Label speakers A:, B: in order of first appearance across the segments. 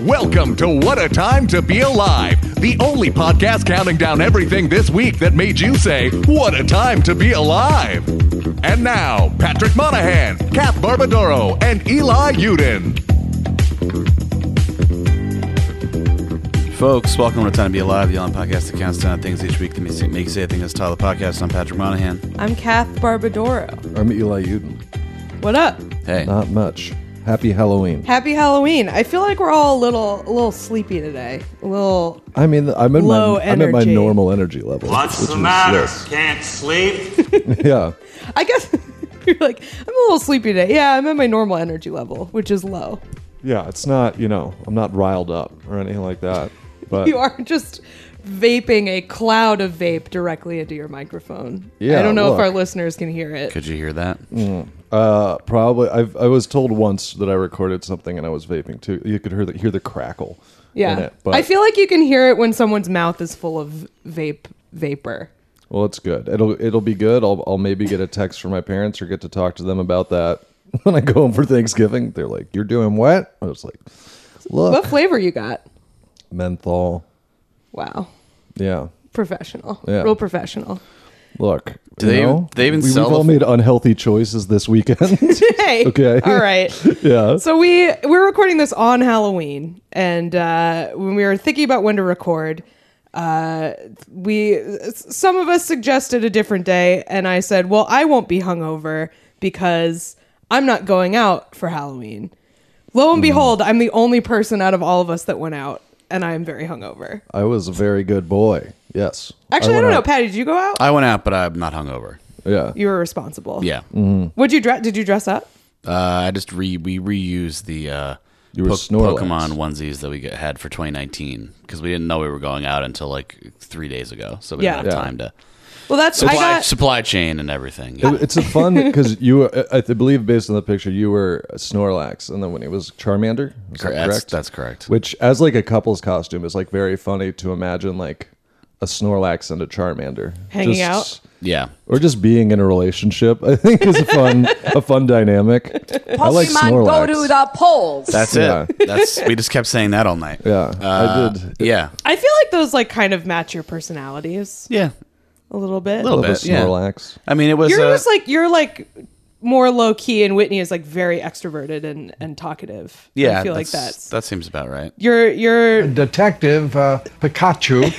A: Welcome to What a Time to Be Alive, the only podcast counting down everything this week that made you say, What a Time to Be Alive. And now, Patrick Monahan, Kath Barbadoro, and Eli Uden.
B: Folks, welcome to Time to Be Alive, the online podcast that counts down things each week that makes make you say a thing. That's the title of the podcast. I'm Patrick Monahan.
C: I'm Kath Barbadoro.
D: I'm Eli Uden.
C: What up?
B: Hey,
D: Not much. Happy Halloween.
C: Happy Halloween. I feel like we're all a little a little sleepy today. A little
D: I mean, I'm in
C: Low
D: my I'm at my
C: energy.
D: normal energy level.
E: What's
D: which
E: the
D: is-
E: matter?
D: yes.
E: Can't sleep?
D: Yeah,
C: I guess you're like, I'm a little sleepy today. Yeah, I'm at my normal energy level, which is low.
D: yeah. It's not you know I'm not riled up or anything like that. But
C: You are just vaping a cloud of vape directly into your microphone.
D: Yeah,
C: I don't know if
D: look.
C: our listeners can hear it.
B: could you hear that?
D: uh, probably I've, I was told once that I recorded something and I was vaping too. You could hear the hear the crackle. In
C: yeah.
D: it, but
C: I feel like you can hear it when someone's mouth is full of vape vapor.
D: well, it's good. It'll it'll be good. I'll I'll maybe get a text from my parents or get to talk to them about that when I go home for Thanksgiving. They're like, "You're doing what?" I was like, "Look,
C: What flavor you got?
D: menthol."
C: Wow.
D: Yeah.
C: Professional.
D: Yeah.
C: Real professional.
D: Look,
B: Do
D: you
B: they even-
D: know,
B: do they even
D: we,
B: sell
D: We've
B: the
D: all
B: f-
D: made unhealthy choices this weekend.
C: Hey.
D: Okay.
C: All right.
D: yeah,
C: So we we're recording this on Halloween, and uh, when we were thinking about when to record, uh, we s- some of us suggested a different day, and I said, "Well, I won't be hungover because I'm not going out for Halloween." Lo and behold, I'm the only person out of all of us that went out, and I am very hungover.
D: I was a very good boy. Yes,
C: Actually, I,
D: went
C: don't know.
D: out-
C: Patty, did you go out?
B: I went out, but I'm not hungover.
D: Yeah,
C: you were responsible.
B: Yeah,
D: Mm-hmm.
C: Would you dress? Did you dress up?
B: uh, I just re we reused the uh,
D: You were Snorlax.
B: Pokemon onesies that we get, had for 2019 because we didn't know we were going out until like three days ago, so we
C: Yeah.
B: didn't have
D: Yeah.
B: time to
C: Well, that's
B: supply,
C: I got.
B: supply chain and everything. Yeah.
D: It- it's a fun because you, were, I I believe, based on the picture, you were Snorlax, and then when it was Charmander, is that
B: Correct. That's-
D: correct?
B: that's correct.
D: Which, as like a couple's costume, is like very funny to imagine, like a Snorlax and a Charmander
C: Hanging
D: Just-
B: yeah.
D: Or just being in a relationship, I think is a fun, a fun dynamic. I like
F: Pokemon
D: Snorlax.
F: go to the polls.
B: That's
D: Yeah.
B: it. That's we just kept saying that all night.
D: yeah,
B: Uh,
D: I did.
B: Yeah.
C: I feel like those like kind of match your personalities
B: Yeah.
C: a little bit.
B: Little
D: Love a
B: bit, yeah.
D: Snorlax.
B: I mean, it was.
C: You're
B: uh,
C: just like you're like more low key, and Whitney is like very extroverted and and talkative.
B: yeah.
C: I feel like
B: that's-
C: that's
B: that seems about right.
C: you're you're
G: detective uh, Pikachu.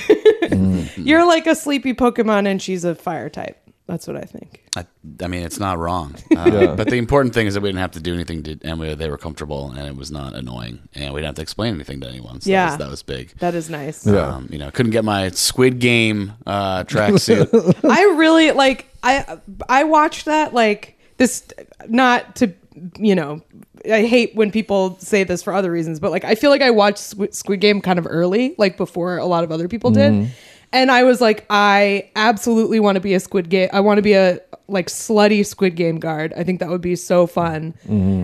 C: you're like a sleepy Pokemon, and she's a fire type. That's what I think.
B: I, I mean, it's not wrong. Uh, But the important thing is that we didn't have to do anything, to, and we, they were comfortable, and it was not annoying, and we didn't have to explain anything to anyone. So
C: Yeah.
B: that, was, that was big.
C: That is nice.
B: Um, you know, couldn't get my Squid Game uh, tracksuit.
C: I really like I I watched that like this not to you know I hate when people say this for other reasons but like I feel like I watched Squ- Squid Game kind of early like before a lot of other people did and I was like I absolutely want to be a Squid Game I want to be a like slutty Squid Game guard I think that would be so fun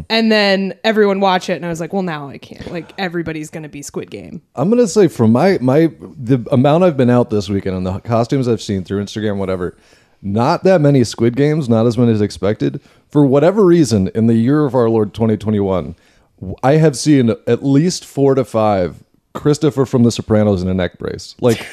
C: and then everyone watch it and I was like well now I can't like everybody's gonna be Squid Game
D: I'm gonna say from my my the amount I've been out this weekend and the costumes I've seen through Instagram, whatever, not that many Squid Games, not as many as expected. For whatever reason, in the year of our Lord 2021, w- I have seen at least four to five Christopher from The Sopranos in a neck brace. Like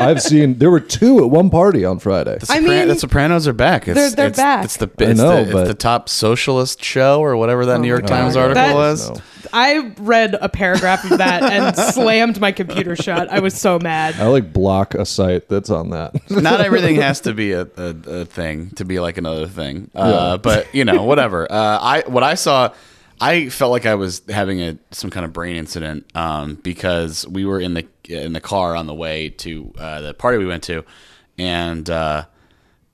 D: I've seen, there were two at one party on Friday.
B: The Sopran-
C: mean,
B: the Sopranos are back. It's,
C: they're- they're
B: it's,
C: back.
B: It's the
D: I
B: it's,
D: know,
B: the, it's
D: but-
B: the top socialist show or whatever
C: Oh
B: that New York Times article
C: That-
B: was.
C: I read a paragraph of that and slammed my computer shut. I was so mad.
D: I like block a site that's on that.
B: not everything has to be a, a, a thing to be like another thing. Uh, But you know, whatever. Uh, I what I saw, I felt like I was having a some kind of brain incident um, because we were in the in the car on the way to uh, the party we went to, and uh,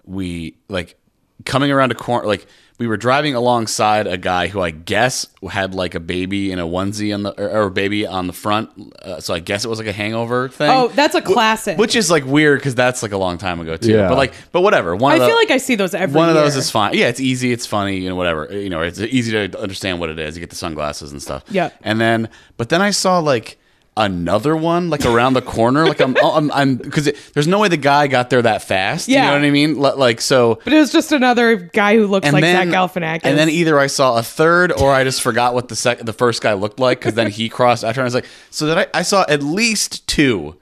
B: we like coming around a corner like. We were driving alongside a guy who I guess had like a baby in a onesie on the or, or a baby on the front, uh, so I guess it was like a hangover thing.
C: Oh, that's a
B: Wh-
C: classic.
B: Which is like weird because that's like a long time ago too.
D: Yeah.
B: But like, but whatever. One
C: I
B: of the-
C: feel like I see those every
B: one of those
C: year.
B: is fine. Yeah, it's easy. It's funny. You know, whatever. You know, it's easy to understand what it is. You get the sunglasses and stuff.
C: Yep.
B: And then, but then I saw like another one like around the corner like i'm i'm i'm because there's no way the guy got there that fast you
C: Yeah.
B: know what i mean Li- like so
C: But it was just another guy who looks like Zach Galifianakis.
B: and then E either I saw a third or I just forgot what the sec- the first guy looked like because then he crossed after and I was like, so that I, I saw at least two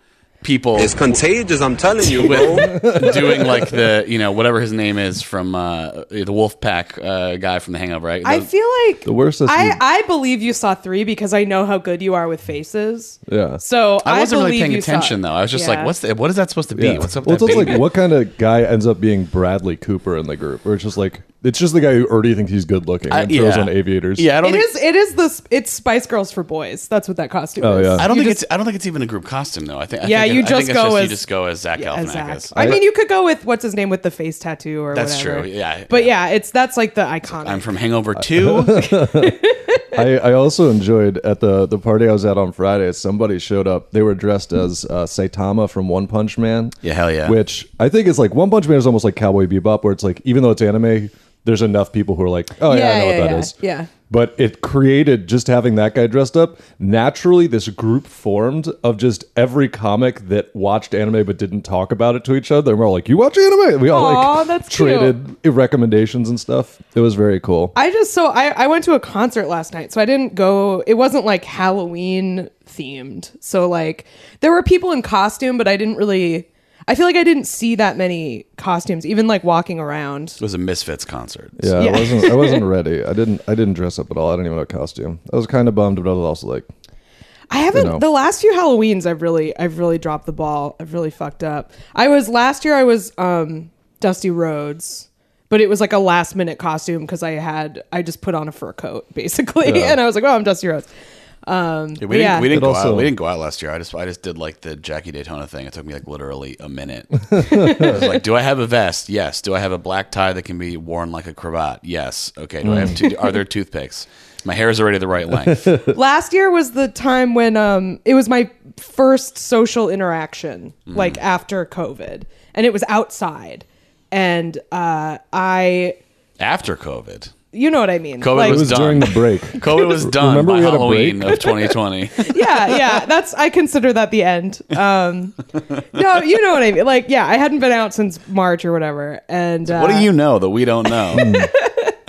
B: people
E: It's contagious, I'm telling you, bro.
B: with doing like the you know whatever his name is from uh, the Wolfpack uh, guy from The Hangover. Right?
C: I
B: The- E
C: feel like
D: The worst is
C: I
D: you-
C: I believe you saw three because I know how good you are with faces.
D: Yeah.
C: So I,
B: I wasn't really
C: believe
B: paying
C: you saw
B: attention
C: it.
B: though. I was just
C: Yeah.
B: like, what's the, what is that supposed to be? What's up?
D: well,
B: with
D: it's
B: that
D: also
B: baby?
D: like what kind of guy ends up being Bradley Cooper in the group, or it's just like it's just the guy who already thinks he's good looking
B: I-
D: and throws
B: Uh, yeah.
D: on aviators.
B: Yeah, I don't.
C: It
B: think-
C: is. It is the. sp- It's Spice Girls for boys. That's what that costume
D: Oh,
C: is.
D: yeah.
B: I don't
C: You
B: think
C: just-
B: it's. I don't think it's even a group costume though. I think. I
C: Yeah,
B: think-
C: you
B: I think
C: just
B: it's
C: go
B: just, you
C: as-
B: just go as Zach
C: Yeah,
B: Galifianakis.
C: Zach. I mean, you could go with what's his name with the face tattoo or
B: That's
C: whatever.
B: true, yeah,
C: But yeah, it's that's like the iconic.
B: I'm from Hangover Two.
D: I, I also enjoyed at the the party I was at on Friday. Somebody showed up. They were dressed as uh, Saitama from One Punch Man.
B: Yeah, hell yeah.
D: Which I think is like One Punch Man is almost like Cowboy Bebop, where it's like even though it's anime, there's enough people who are like, oh yeah, I know what that is.
C: yeah.
D: But it created just having that guy dressed up. Naturally, this group formed of just every comic that watched anime but didn't talk about it to each other. And we're all like, "You watch anime?" And we all
C: Aw,
D: like
C: that's cute.
D: traded recommendations and stuff. It was very cool.
C: I just so I, I went to a concert last night, so I didn't go. It wasn't like Halloween themed, so like there were people in costume, but I didn't really. I feel like I didn't see that many costumes, even like walking around.
B: It was a Misfits concert.
D: Yeah,
C: Yeah.
D: I wasn't. I wasn't ready. I didn't. I didn't dress up at all. I didn't even have a costume. I was kind of bummed, but I was also like,
C: I haven't
D: know.
C: the last few Halloweens I've really I've really dropped the ball. I've really fucked up. I was last year I was um Dusty Rhodes, but it was like a last minute costume because I had I just put on a fur coat basically and I was like, "Oh, I'm Dusty Rhodes."
B: Yeah, we,
C: Yeah.
B: didn't, we didn't
D: But
B: go
D: also-
B: out. We didn't go out last year. I just I just did like the Jackie Daytona thing. It took me like literally a minute. I was like, do I have a vest? Yes. Do I have a black tie that can be worn like a cravat? Yes. Okay. Do I have two, are there toothpicks? My hair is already the right length.
C: last year was the time when um it was my first social interaction
B: Mm.
C: like after covid and it was outside and uh i
B: After COVID,
C: you know what i mean
B: COVID
C: like,
D: it was
B: was done.
D: during the break.
B: COVID was done
D: Remember
B: by
D: we had a
B: Halloween of 2020.
C: yeah yeah that's i consider that the end um no you know what i mean like yeah i hadn't been out since march or whatever and uh,
B: what do you know that we don't know?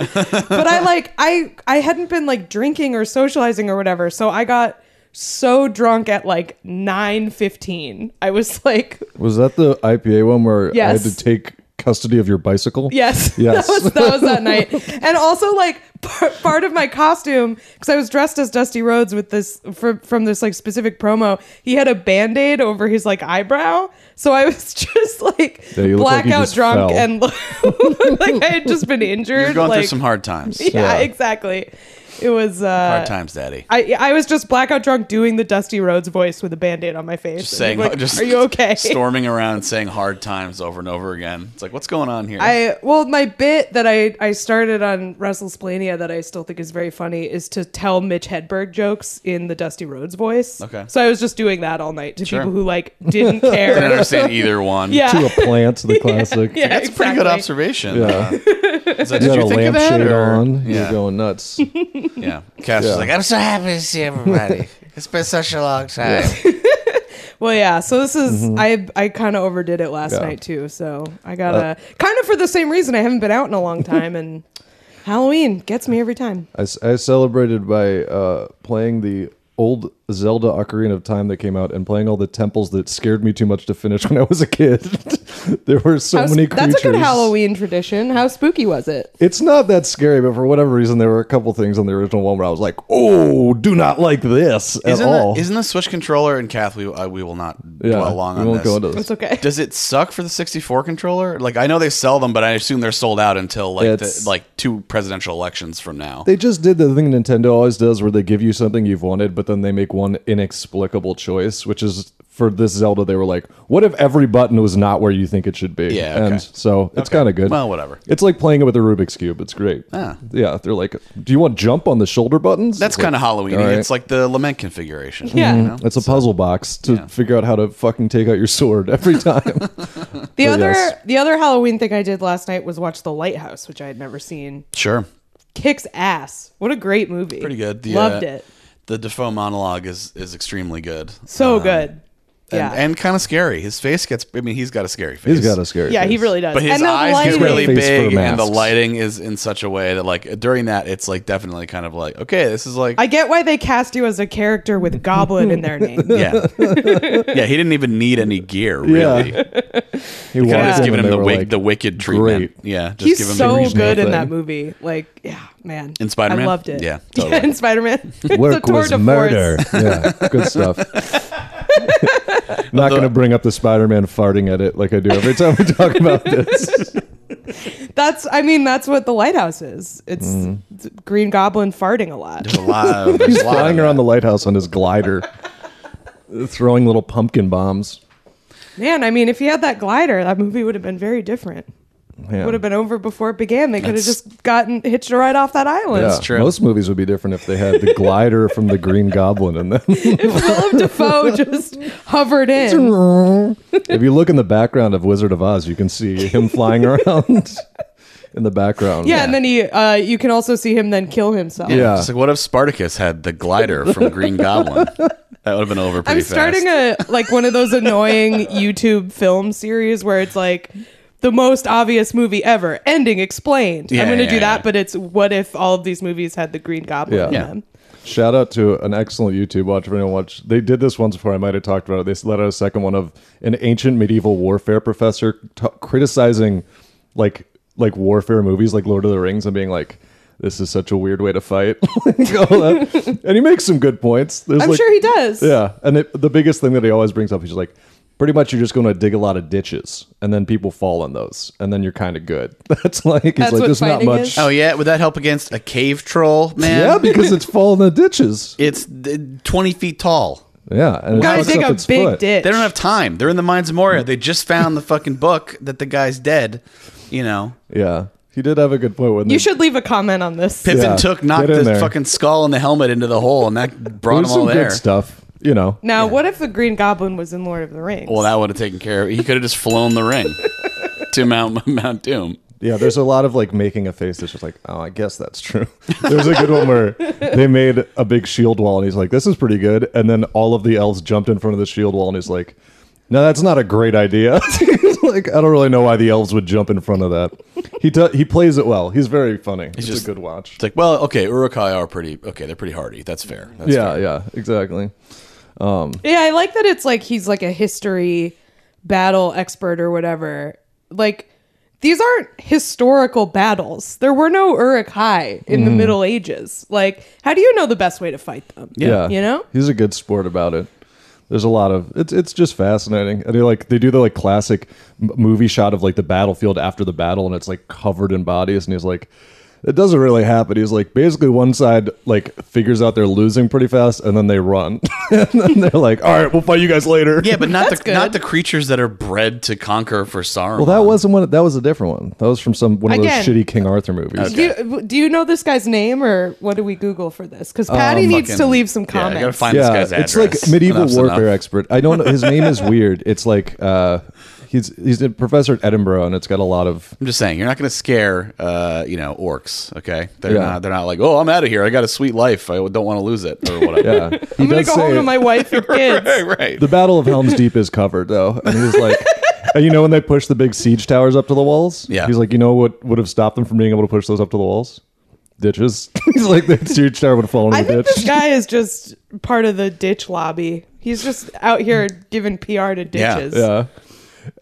C: but I like I I hadn't been like drinking or socializing or whatever, so I got so drunk at like nine fifteen. I was like,
D: Was that the IPA one where I had
C: Yes.
D: to take custody of your bicycle?
C: yes,
D: Yes.
C: that was that was that night, and also like part, part of my costume because I was dressed as Dusty Rhodes with this from from this like specific promo. He had a band aid over his like eyebrow, so I was just like
D: Yeah, you look like you
C: blackout
D: just
C: drunk
D: fell.
C: and like I had just been injured.
B: We're going
C: like,
B: through some hard times.
C: yeah,
D: Yeah.
C: exactly. It was uh,
B: Hard times, Daddy.
C: I I was just blackout drunk doing the Dusty Rhodes voice with a band-aid on my face.
B: Just
C: And
B: saying,
C: like,
B: just
C: are you okay?
B: Storming around, saying hard times over and over again. It's like, what's going on here?
C: I well, my bit that I I started on WrestleSplania that I still think is very funny is to tell Mitch Hedberg jokes in the Dusty Rhodes voice.
B: Okay.
C: So I was just doing that all night to
B: Sure.
C: people who like didn't
B: I don't
C: care.
B: understand either one.
C: yeah.
D: To a plant, the classic.
C: yeah,
B: That's a pretty good
C: exactly.
B: observation. Uh, is that-
D: You
B: did
D: had
B: you
D: a
B: think of that?
D: lampshade
B: or-
D: on. You're
B: Yeah.
D: going nuts.
B: yeah. Cass was like, I'm so happy to see everybody. it's been such a long time.
C: Well, yeah. So this is I I kind of overdid it last night too. So I gotta kind of for the same reason I haven't been out in a long time and Halloween gets me every time.
D: I, s- I celebrated by uh, playing the old Zelda Ocarina of Time that came out and playing all the temples that scared me too much to finish when I was a kid. there were so
C: How-
D: many creatures.
C: that's a good Halloween tradition. How spooky was it?
D: It's not that scary, but for whatever reason, there were a couple things on the original one where I was like, "Oh, do not like this at
B: Isn't,
D: all."
B: The, isn't the Switch controller and Kath? We uh, we will not dwell long
D: we
B: on
D: won't
B: this.
D: go into this.
C: It's okay.
B: Does it suck for the 64 controller? Like I know they sell them, but I assume they're sold out until like the,
D: It's-
B: like two presidential elections from now.
D: They just did the thing Nintendo always does, where they give you something you've wanted, but then they make one inexplicable choice, which is for this Zelda. They were like, "What if every button was not where you think it should be?"
B: Yeah, okay.
D: and so it's kind of good.
B: Well, whatever.
D: It's like playing it with a Rubik's cube. It's great.
B: Ah.
D: Yeah, they're like, "Do you want jump on the shoulder buttons?"
B: That's
D: It's like,
B: kind of Halloween.
D: all right. Mm-hmm.
B: It's like the lament configuration.
C: Yeah.
B: you know?
D: It's a puzzle box to figure out how to fucking take out your sword every time.
C: The
D: But
C: other
D: yes.
C: the other Halloween thing I did last night was watch The Lighthouse, which I had never seen.
B: Sure.
C: Kicks ass. What a great movie.
B: Pretty good. The,
C: Loved
B: uh,
C: it.
B: the Defoe monologue is is extremely good.
C: So
B: Um,
C: good.
B: and,
C: Yeah.
B: and kind of scary. His face gets. I mean, he's got a scary face.
D: He's got a scary.
C: yeah, he
D: face.
C: really does.
B: But his
C: and the
B: eyes get
C: lighting.
B: really
D: Face for
B: big, and the
D: masks.
B: lighting is in such a way that, like, during that, it's like definitely kind of like, okay, this is like,
C: I get why they cast you as a character with goblin in their name.
B: yeah, yeah. He didn't even need any gear, really.
D: Yeah. He
B: Kind of
D: walked
B: just
D: in
B: giving
D: and
B: him
D: they
B: the
D: were
B: wig,
D: like,
B: the wicked treatment. Yeah, just
C: He's
B: give him
C: so
B: the
D: original
C: good in
D: thing.
C: that movie. Like, yeah, man.
B: In Spider-Man?
C: I loved it.
B: Yeah, totally.
C: Yeah, in Spider Man.
D: Work was murder. yeah, good stuff. Not going to bring up the Spider-Man farting edit like I do every time we talk about this.
C: That's, I mean, that's what the lighthouse is. It's it's Green Goblin farting a lot.
B: There's a lot of- there's
D: He's
B: a lot of
D: flying around
B: that.
D: the lighthouse on his glider, throwing little pumpkin bombs.
C: Man, I mean, if he had that glider, that movie would have been very different.
D: Yeah.
C: Would have been over before it began. They could have
B: That's-
C: just gotten hitched a ride off that island.
D: Yeah,
B: true.
D: Most movies would be different if they had the glider from the Green Goblin in them.
C: Willem Dafoe just hovered in.
D: if you look in the background of Wizard of Oz, you can see him flying around in the background.
C: Yeah, and then he, uh, you can also see him then kill himself.
D: Yeah.
B: It's like, what if Spartacus had the glider from Green Goblin? That would have been over pretty
C: I'm starting
B: fast.
C: a like one of those annoying YouTube film series where it's like the most obvious movie ever. Ending explained.
B: Yeah,
C: I'm going to
B: yeah,
C: do that,
B: yeah.
C: but it's what if all of these movies had the Green Goblin
D: Yeah.
C: in
D: Yeah.
C: them?
D: Shout out to an excellent YouTube watch. If anyone watch, they did this once before. I might have talked about it. They let out a second one of an ancient medieval warfare professor t- criticizing like like warfare movies, like Lord of the Rings, and being like, "This is such a weird way to fight." Like, all that. and he makes some good points. There's,
C: I'm
D: like-
C: sure he does.
D: Yeah, and it, the biggest thing that he always brings up, he's like. Pretty much, you're just going to dig a lot of ditches, and then people fall in those, and then you're kind of good. That's like he's
C: That's
D: like,
C: what
D: there's not
C: fighting
D: much.
C: is?
B: Oh yeah, would that help against a cave troll, man?
D: yeah, because it's falling in the ditches.
B: it's d- 20 feet tall.
D: Yeah, and it
C: Gotta
D: fucks
C: dig
D: up
C: a
D: its
C: big
D: foot.
C: ditch.
B: They don't have time. They're in the Mines of Moria. They just found the fucking book that the guy's dead. You know,
D: Yeah, he did have a good point. When
C: You should leave a comment on this.
B: Pippin
D: Yeah,
B: took knocked
D: get in
B: the
D: there.
B: fucking skull and the helmet into the hole, and that brought
D: there's
B: him all
D: some
B: there.
D: good stuff. You know,
C: Now, what if the Green Goblin was in Lord of the Rings?
B: Well, that would have taken care of. He could have just flown the ring to Mount Mount Doom.
D: yeah. There's a lot of like making a face that's just like, oh, I guess that's true. There's a good one where they made a big shield wall, and he's like, this is pretty good. And then all of the elves jumped in front of the shield wall, and he's like, no, that's not a great idea. He's like, I don't really know why the elves would jump in front of that. He do- he plays it well. He's very funny. It's
B: just-
D: a good watch.
B: It's like, well, okay, Urukai are pretty. Okay, they're pretty hardy. That's fair. That's
D: Yeah,
B: fair.
D: yeah, exactly.
C: Yeah, I like that it's like he's like a history battle expert or whatever. Like these aren't historical battles. There were no Uruk-hai in
B: Mm-hmm.
C: the Middle Ages. Like how do you know the best way to fight them?
D: Yeah.
C: You know?
D: He's a good sport about it. There's a lot of it's it's just fascinating. And they like they do the like classic m- movie shot of like the battlefield after the battle and it's like covered in bodies and he's like it doesn't really happen. He's like basically one side like figures out they're losing pretty fast and then they run. and then they're like, "All right, we'll fight you guys later."
B: Yeah, but not the
C: That's good.
B: not the creatures that are bred to conquer for Sauron.
D: Well, that wasn't one that was a different one. That was from some one of
C: Again. uh,
D: those shitty King Arthur movies.
C: Do, you, do you know this guy's name or what do we Google for this? Because Patty needs to
B: Um, fucking-
C: leave some
B: yeah, I gotta
C: comments.
B: find- this guy's
D: it's
B: address.
D: like medieval
B: Enough's
D: warfare
B: enough.
D: expert. I don't know. His name is weird. It's like uh, he's he's a professor at Edinburgh, and it's got a lot of uh,
B: I'm just saying, you're not going to scare, uh, you know, orcs. Okay, they're
D: Yeah.
B: not. They're not like, oh, I'm out of here. I got a sweet life. I don't want to lose it or whatever.
D: yeah. He
C: I'm gonna
D: does
C: go
D: say
C: home to my wife and kids.
B: right, right.
D: the Battle of Helm's Deep is covered though, and he's like. And you know when they push the big siege towers up to the walls?
B: Yeah.
D: He's like, you know what would have stopped them from being able to push those up to the walls? Ditches. he's like, the siege tower would have fallen
C: I
D: in the
C: think this
D: ditch.
C: guy is just part of the ditch lobby. He's just out here giving PR to
B: Yeah.
C: ditches.
D: Yeah.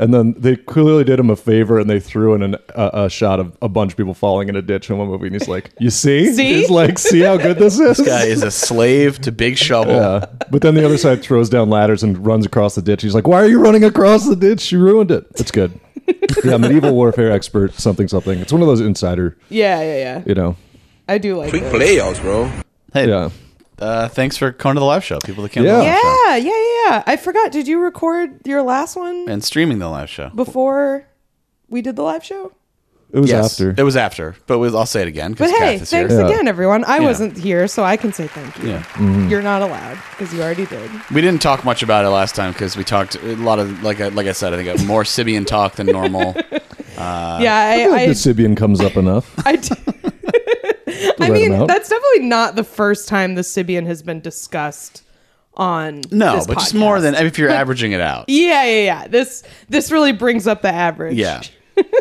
D: And then they clearly did him a favor, and they threw in an, a, a shot of a bunch of people falling in a ditch in one movie. And he's like, "You see?
C: See?
D: He's like, see how good this is."
B: Guy is a slave to Big Shovel.
D: yeah. But then the other side throws down ladders and runs across the ditch. He's like, "Why are you running across the ditch? You ruined it." It's good. yeah, medieval warfare expert, something something. It's one of those insider,
C: Yeah, yeah, yeah.
D: you know.
C: I do like
E: Big
C: it.
E: playoffs, bro.
B: Hey,
D: Yeah.
B: uh, thanks for coming to the live show. People that came
D: Yeah.
B: to the live show
C: Yeah, yeah, yeah, yeah. I forgot. Did you record your last one
B: and streaming the live show.
C: before we did the live show?
D: It was
B: Yes,
D: after.
B: it was after, but we- I'll say it again
C: But
B: because
C: hey,
B: Kath is here.
C: thanks again, everyone. I
B: Yeah.
C: wasn't here, so I can say thank you.
B: Yeah.
C: You're not allowed because you already did.
B: We didn't talk much about it last time because we talked a lot of like I- like I said, I think a more Sibian talk than normal.
C: yeah,
B: Uh,
D: I feel like
C: I,
D: the
C: I,
D: Sibian comes up enough.
C: I, d- I mean,
D: amount.
C: that's definitely not the first time the Sibian has been discussed on.
B: No,
C: this
B: but just more
C: podcast.
B: than if you're averaging it out.
C: Yeah, yeah, yeah. This this really brings up the average.
B: Yeah.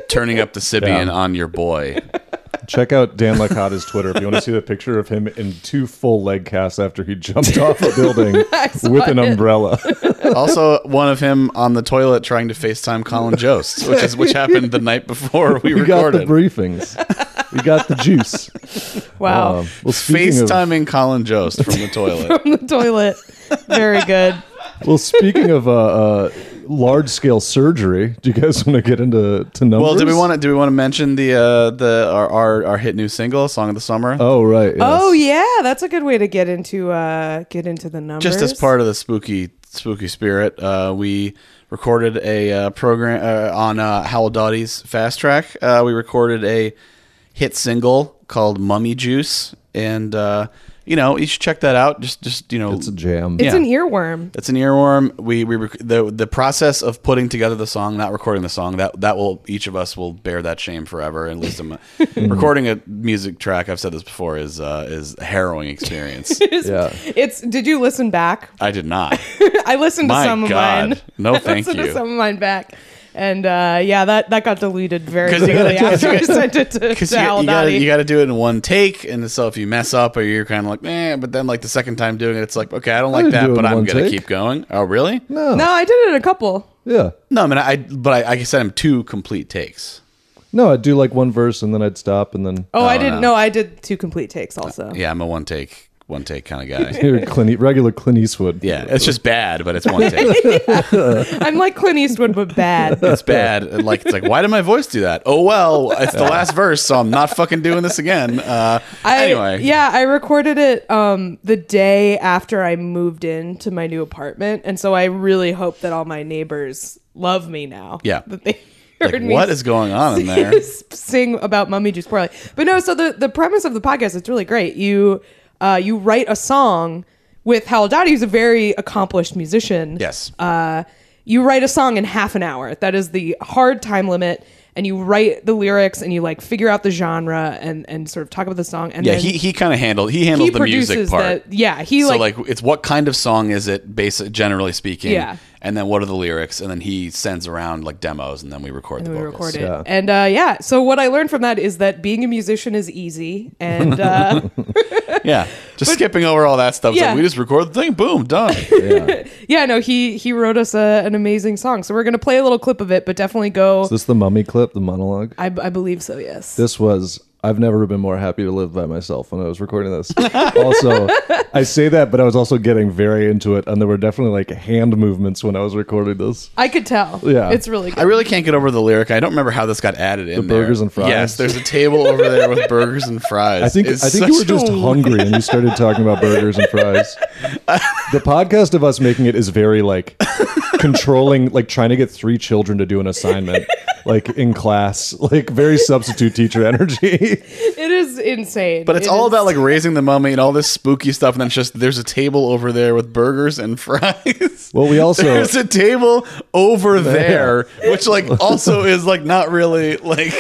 B: Turning up the Sibian
D: Yeah.
B: on your boy.
D: Check out Dan Licata's Twitter if you want to see the picture of him in two full leg casts after he jumped off a building
C: saw
D: with an
C: it.
D: umbrella.
B: Also, one of him on the toilet trying to FaceTime Colin Jost, which is which happened the night before we
D: we got the
B: recorded.
D: briefings. We got the juice.
C: Wow.
D: Um, well, speaking of-
B: FaceTiming Colin Jost from the toilet.
C: From the toilet. Very good.
D: well, speaking of uh, uh, large scale surgery, do you guys want to get into to numbers?
B: Well, do we want to do we want to mention the uh, the our, our our hit new single, song of the summer?
D: Oh right. yes.
C: Oh yeah, that's a good way to get into uh get into the numbers.
B: just as part of the spooky spooky spirit uh, we recorded a uh, program uh, on uh, howell dottie's fast track uh, we recorded a hit single called mummy juice and uh, you know you should check that out just just you know
D: It's a jam.
C: It's
B: yeah.
C: an earworm.
B: it's an earworm. We we rec- the the process of putting together the song, not recording the song. That that will each of us will bear that shame forever. At least I'm recording a music track. I've said this before is uh, is a harrowing experience.
D: Yeah.
C: It's did you listen back?
B: I did not.
C: I listened
B: My
C: to some
B: God.
C: of mine.
B: No,
C: I
B: thank
C: listened
B: you.
C: to some of mine back. And uh, yeah, that, that got deleted very
B: 'Cause you
C: quickly
B: gotta-
C: after I sent it to,
B: because
C: to
B: you,
C: Al
B: you gotta
C: Dottie.
B: you gotta do it in one take, and so if you mess up or you're kind of like, eh, but then like the second time doing it, it's like, okay, I don't like
D: didn't
B: that,
D: do it
B: but
D: in
B: I'm
D: one
B: gonna
D: take.
B: keep going. Oh, really?
D: No.
C: no, I did it in a couple.
D: Yeah.
B: No, I mean, I but I, I sent him two complete takes.
D: No, I'd do like one verse and then I'd stop and then
C: Oh, I didn't. No. I did two complete takes also.
B: Yeah, I'm a one take one take kind of guy.
D: You're Clint, E- regular Clint Eastwood.
B: yeah, it's just bad, but it's one take.
C: I'm like Clint Eastwood, but bad.
B: It's bad. and, Like it's like, why did my voice do that? Oh well, it's the last verse, so I'm not fucking doing this again. Uh,
C: I,
B: anyway,
C: yeah, I recorded it um, the day after I moved into my new apartment, and so I really hope that all my neighbors love me now.
B: Yeah.
C: that they heard
B: Like,
C: me
B: what is going on in there?
C: sing about mummy juice poorly. But no, so the the premise of the podcast it's really great. You uh, you write a song with Hal Dottie, who's a very accomplished musician.
B: Yes.
C: Uh, you write a song in half an hour. That is the hard time limit. And you write the lyrics and you like figure out the genre and and sort of talk about the song. And
B: Yeah,
C: then
B: he, he kind of handled he handled
C: he
B: the music
C: produces
B: part.
C: the yeah he
B: so
C: like,
B: like, it's what kind of song is it basic generally speaking
C: Yeah.
B: and then what are the lyrics and then he sends around like demos and then we record the
C: we
B: vocals
C: recorded and uh, yeah. So what I learned from that is that being a musician is easy and. Uh,
B: yeah just skipping over all that stuff It's like,
C: Yeah.
B: we just record the thing boom done
C: yeah no he he wrote us a, an amazing song so we're gonna play a little clip of it but definitely go
D: Is this the mummy clip, the monologue?
C: I, I believe so yes
D: This was I've never been more happy to live by myself when I was recording this. also, I say that, but I was also getting very into it, and there were definitely like hand movements when I was recording this.
C: i could tell
D: Yeah.
C: it's really good
B: i really can't get over the lyric i don't remember how this got added in
D: The burgers
B: there.
D: and fries.
B: yes there's a table over there with burgers and fries
D: I think
B: It's
D: I think you were
B: such a-
D: just hungry and you started talking about burgers and fries. The podcast of us making it is very like controlling, like trying to get three children to do an assignment, like in class, like very substitute teacher energy.
C: it is insane
B: but it's
C: It
B: all
C: is-
B: about like raising the mummy and all this spooky stuff and then it's just there's a table over there with burgers and fries
D: Well, we also
B: There's a table over there, which like also is like not really like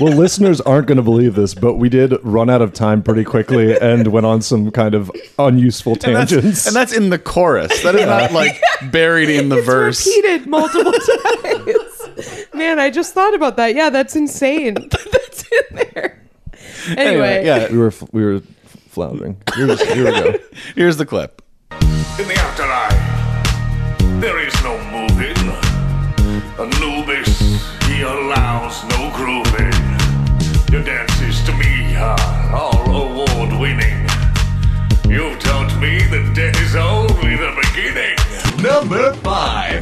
D: Well, listeners aren't going to believe this, but we did run out of time pretty quickly and went on some kind of unuseful
B: that's, and
D: tangents.
B: that's in the chorus. That is not like buried in the verse.
C: repeated multiple times man i just thought about that yeah that's insane that's in there anyway,
B: Anyway, yeah.
D: we were we were floundering. Here we- here we go.
B: Here's the clip.
F: In the afterlife, there is no moving. Anubis, he allows no grooving. Your dances to me are all award winning. You've taught me that death is only the beginning.
A: Number five.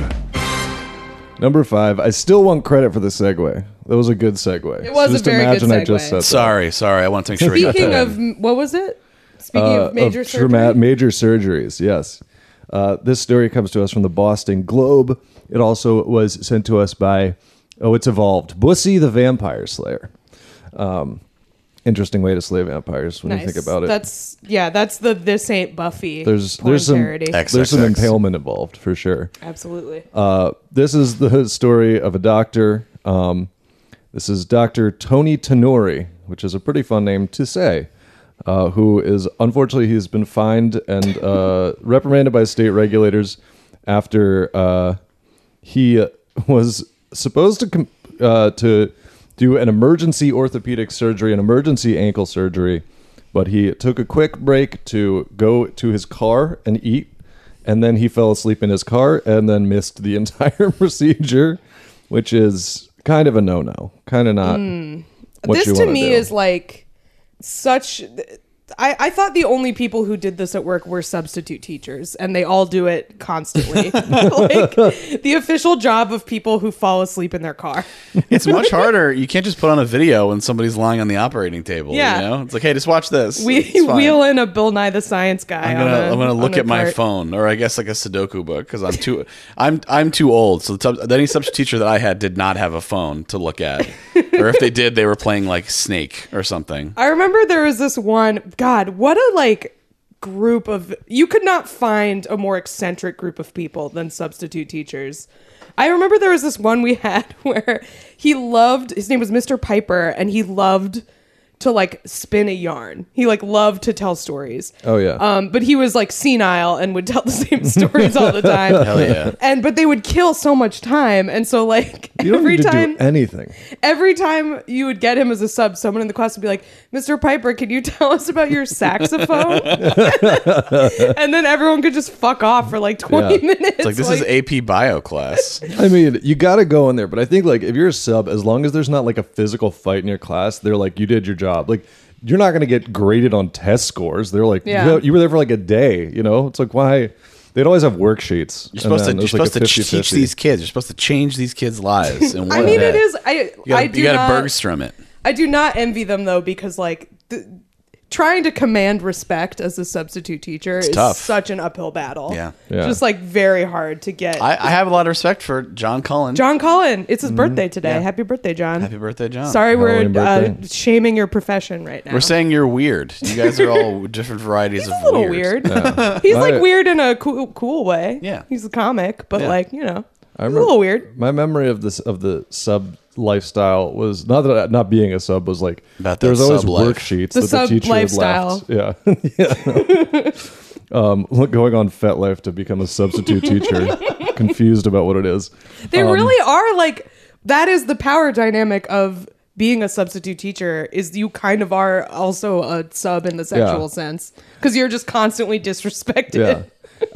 D: Number five. I still want credit for the segue. That was a good segue.
C: It was a very good
D: imagine I just
C: segue.
D: said that.
B: Sorry, sorry. I want to make sure we got
C: speaking
B: that.
C: of what was it speaking
D: Uh,
C: of major
D: of
C: surgery
D: trauma- major surgeries. Yes. Uh, this story comes to us from the Boston Globe. It also was sent to us by oh, it's evolved. Bussy the Vampire Slayer. Um, interesting way to slay vampires when you think about it.
C: that's yeah that's the this ain't buffy
D: there's
C: porn
D: there's some
C: parody.
B: Ex-
D: there's some
B: XXX.
D: impalement involved for sure.
C: absolutely
D: Uh, this is the story of a doctor. Um, this is Doctor Tony Tenori, which is a pretty fun name to say. uh, who is unfortunately he's been fined and uh, reprimanded by state regulators after uh, he was supposed to com- uh, to do an emergency orthopedic surgery, an emergency ankle surgery, but he took a quick break to go to his car and eat, and then he fell asleep in his car and then missed the entire procedure, which is kind of a no no, kind of not. What you
C: Hmm. this to
D: wanna
C: me
D: do.
C: is like such I, I thought the only people who did this at work were substitute teachers and they all do it constantly like the official job of people who fall asleep in their car
B: It's much harder. You can't just put on a video when somebody's lying on the operating table.
C: Yeah.
B: You know? It's like, hey, just watch this.
C: we
B: It's fine.
C: wheel in a bill nye the science guy
B: I'm gonna,
C: on a-
B: I'm gonna look
C: on a
B: at my
C: cart.
B: phone, or I guess like a Sudoku book, because I'm too, I'm I'm too old. So the, tub- the any substitute teacher that I had did not have a phone to look at, or if they did, they were playing like Snake or something.
C: I remember there was this one. God, what a like group of you could not find a more eccentric group of people than substitute teachers. I remember there was this one we had where he loved his name was Mr. Piper and he loved to like spin a yarn. He like loved to tell stories.
D: Oh, yeah.
C: Um but he was like senile and would tell the same stories all the time.
B: Hell yeah.
C: And but they would kill so much time and so like
D: You don't
C: every
D: need to
C: time
D: do anything.
C: every time you would get him as a sub, someone in the class would be like, Mr. Piper, can you tell us about your saxophone? and then everyone could just fuck off for like 20
D: Yeah.
C: minutes.
B: It's like this is AP Bio class.
D: I mean, you got to go in there, but I think like if you're a sub, as long as there's not like a physical fight in your class, they're like you did your job. Like you're not going to get graded on test scores. They're like
C: Yeah.
D: you, know, you were there for like a day. You know, it's like why they'd always have worksheets.
B: You're supposed to, you're supposed to teach these kids. You're supposed to change these kids' lives. And
C: I mean, it is. I,
B: You gotta,
C: I do
B: you gotta
C: not.
B: Bergstrom it.
C: I do not envy them though, because like th- trying to command respect as a substitute teacher is
B: tough.
C: such an uphill battle.
B: Yeah.
D: Yeah.
C: just like very hard to get.
B: I, I have a lot of respect for John Cullen.
C: John Cullen, it's his birthday today. Happy birthday, John.
B: Happy birthday, John.
C: Sorry,
D: Halloween
C: we're uh,
D: birthday.
C: shaming your profession right now.
B: We're saying you're weird. You guys are all different varieties
C: He's
B: of
C: a little
B: weird.
C: weird. He's
D: My-
C: like weird in a cool, cool way.
B: Yeah.
C: he's a comic, but
B: Yeah.
C: like you know,
D: I
C: he's a
D: remember-
C: little weird.
D: My memory of this of the sub lifestyle was not that I- not being a sub was like
B: About
D: there
B: that
D: was always
B: sub life.
D: worksheets
C: The
D: that
C: sub
D: the teacher
C: lifestyle.
D: had left. Yeah, yeah. um, look, going on FetLife to become a substitute teacher. Confused about what it is.
C: They
D: Um,
C: really are like that. Is the power dynamic of being a substitute teacher is you kind of are also a sub in the sexual sense because you're just constantly disrespected.
D: Yeah.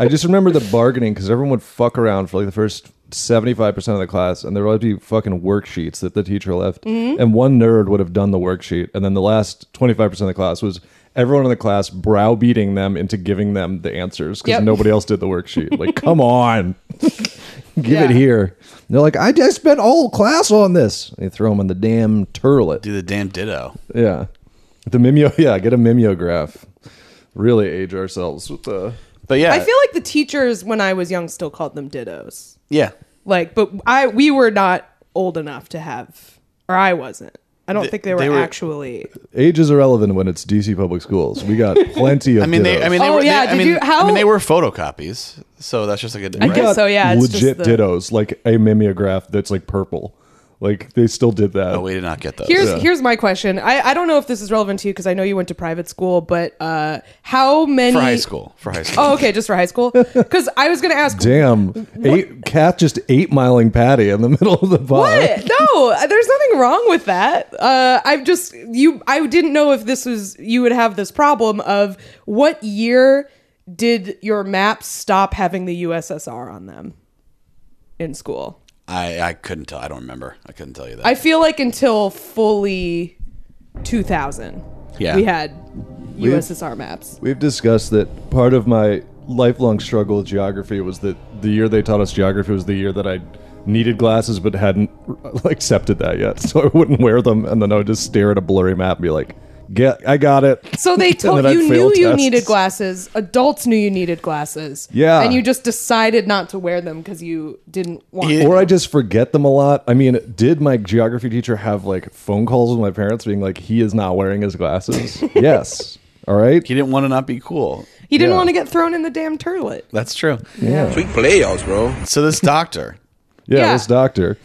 D: I just remember the bargaining because everyone would fuck around for like the first 75% of the class, and there would always be fucking worksheets that the teacher left.
C: Mm-hmm.
D: And one nerd would have done the worksheet. And then the last 25% of the class was everyone in the class browbeating them into giving them the answers because
C: Yep.
D: nobody else did the worksheet. Like, come on, give
C: Yeah.
D: it here. And they're like, I just spent all class on this. And they throw them in the damn turlet.
B: Do the damn ditto.
D: Yeah. The mimeo, yeah, get a mimeograph. Really age ourselves with the.
B: But yeah,
C: I feel like the teachers when I was young still called them dittos.
B: yeah.
C: Like, but I we were not old enough to have, or I wasn't. I don't think they were,
B: they were-
C: actually.
D: Age is irrelevant when it's DC public schools. We got plenty of.
B: I mean, they. I mean, they
C: Oh,
B: were.
C: yeah,
B: They, I
C: did
B: mean,
C: you-
B: I
C: how-
B: mean, they were photocopies. So that's just like a.
D: we
B: right?
D: got
C: so, yeah, it's just
D: legit
C: the-
D: dittos, like a mimeograph that's like purple. Like they still did that.
B: Oh, we did not get those.
C: Here's here's my question. I, I don't know if this is relevant to you because I know you went to private school, but uh, how many
B: for high school. For high school.
C: Oh, okay, just for high school. Because I was gonna ask.
D: Damn, eight cat just eight miling Patty in the middle of the bar.
C: What? No, there's nothing wrong with that. Uh, I've just you. I didn't know if this was you would have this problem of what year did your maps stop having the USSR on them in school?
B: I I couldn't tell. I don't remember. I couldn't tell you that.
C: Oh. I feel like until fully 2000,
B: Yeah.
C: we had USSR maps.
D: We've discussed that part of my lifelong struggle with geography was that the year they taught us geography was the year that I needed glasses but hadn't accepted that yet, so I wouldn't wear them, and then I would just stare at a blurry map and be like, "Get, I got it."
C: So they
D: And
C: told
D: then I'd
C: you
D: fail
C: knew you
D: tests.
C: needed glasses. Adults knew you needed glasses.
D: Yeah.
C: and you just decided not to wear them because you didn't want.
B: Yeah.
C: them.
D: or I just forget them a lot. I mean, did my geography teacher have like phone calls with my parents being like, he is not wearing his glasses? yes. All right.
B: he didn't want to not be cool.
C: He didn't
D: Yeah.
C: want to get thrown in the damn turlet.
B: That's true.
E: Sweet playoffs, bro.
B: So this doctor.
D: Yeah,
C: Yeah.
D: this doctor.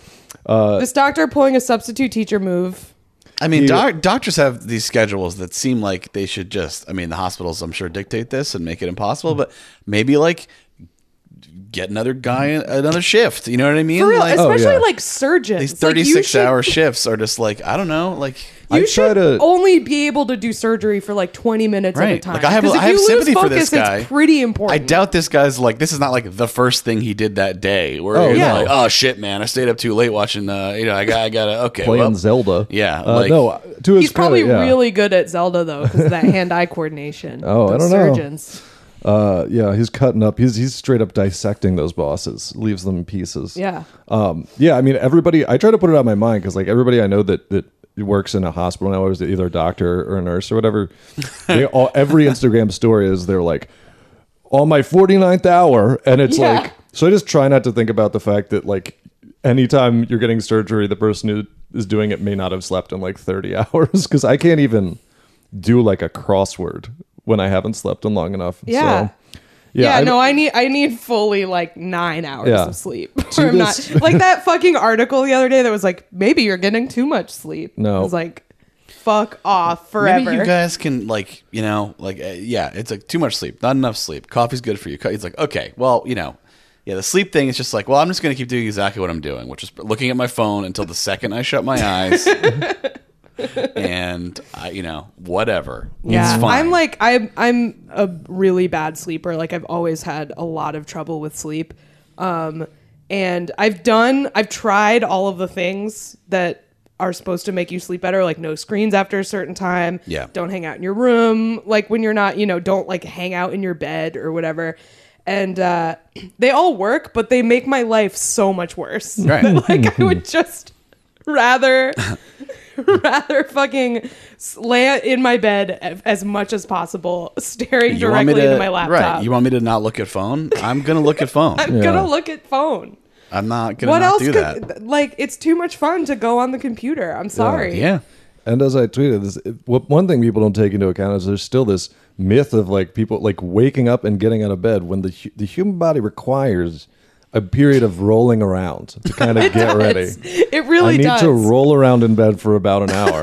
D: Uh,
C: this doctor pulling a substitute teacher move.
B: I mean, doc- doctors have these schedules that seem like they should just. I mean, the hospitals, I'm sure, dictate this and make it impossible. But maybe like get another guy in another shift. You know what I mean?
C: For real,
B: Like,
C: especially
D: Oh, yeah.
C: like surgeons.
B: these
C: Like, you
B: 36
C: should-
B: hour shifts are just like I don't know. Like
D: I
C: You
D: try
C: should
D: to-
C: only be able to do surgery for like 20 minutes at a
B: Right.
C: time.
B: Like I have,
C: 'Cause if
B: I have
C: you lose
B: sympathy for this
C: focus,
B: guy.
C: It's pretty important.
B: I doubt this guy's like this is not like the first thing he did that day. Where
D: Oh,
B: oh,
D: yeah.
B: like, oh shit, man, I stayed up too late watching. Uh, you know, I got, I got to okay.
D: playing
B: well,
D: Zelda.
B: Yeah,
D: Uh,
B: like-
D: no, to his
C: He's probably
D: credit, yeah.
C: really good at Zelda though, because of that hand-eye coordination.
D: Oh, I
C: Those
D: don't know.
C: Surgeons.
D: Uh, yeah, he's cutting up. He's he's straight up dissecting those bosses, leaves them in pieces.
C: Yeah.
D: Um, yeah, I mean, everybody. I try to put it on my mind because, like, everybody I know that that works in a hospital now is either a doctor or a nurse or whatever. They all every Instagram story is they're like on my 49th hour, and it's
C: Yeah.
D: like so. I just try not to think about the fact that like anytime you're getting surgery, the person who is doing it may not have slept in like 30 hours because I can't even do like a crossword when I haven't slept in long enough.
C: Yeah.
D: So,
C: Yeah,
D: I've-
C: no, I need I need fully like nine hours
D: Yeah.
C: of sleep.
D: To
C: Or I'm
D: this-
C: not like that fucking article the other day that was like, maybe you're getting too much sleep.
D: No.
C: I was like, fuck off forever.
B: Maybe you guys can like you know like uh, yeah, it's like too much sleep, not enough sleep. Coffee's good for you. Co- It's like okay, well you know. Yeah, the sleep thing is just like, well, I'm just going to keep doing exactly what I'm doing, which is looking at my phone until the second I shut my eyes, and I, you know, whatever.
C: yeah,
B: it's fine.
C: I'm like I'm I'm a really bad sleeper. Like I've always had a lot of trouble with sleep. Um, and I've done I've tried all of the things that are supposed to make you sleep better, like no screens after a certain time.
B: Yeah.
C: Don't hang out in your room, like when you're not, you know, don't like hang out in your bed or whatever. And uh, they all work, but they make my life so much worse.
B: Right.
C: That, like I would just rather rather fucking s- lay in my bed a- as much as possible, staring directly into my laptop.
B: Right. You want me to not look at phone? I'm gonna look at phone.
C: I'm
D: Yeah.
C: gonna look at phone.
B: I'm not gonna
C: What
B: not
C: else?
B: do
C: Could,
B: that.
C: th- Like, it's too much fun to go on the computer. I'm sorry.
B: Yeah.
D: And as I tweeted, this what one thing people don't take into account is there's still this myth of like people like waking up and getting out of bed when the hu- the human body requires a period of rolling around to kind of get ready.
C: It's- It really
D: I need
C: does.
D: to roll around in bed for about an hour.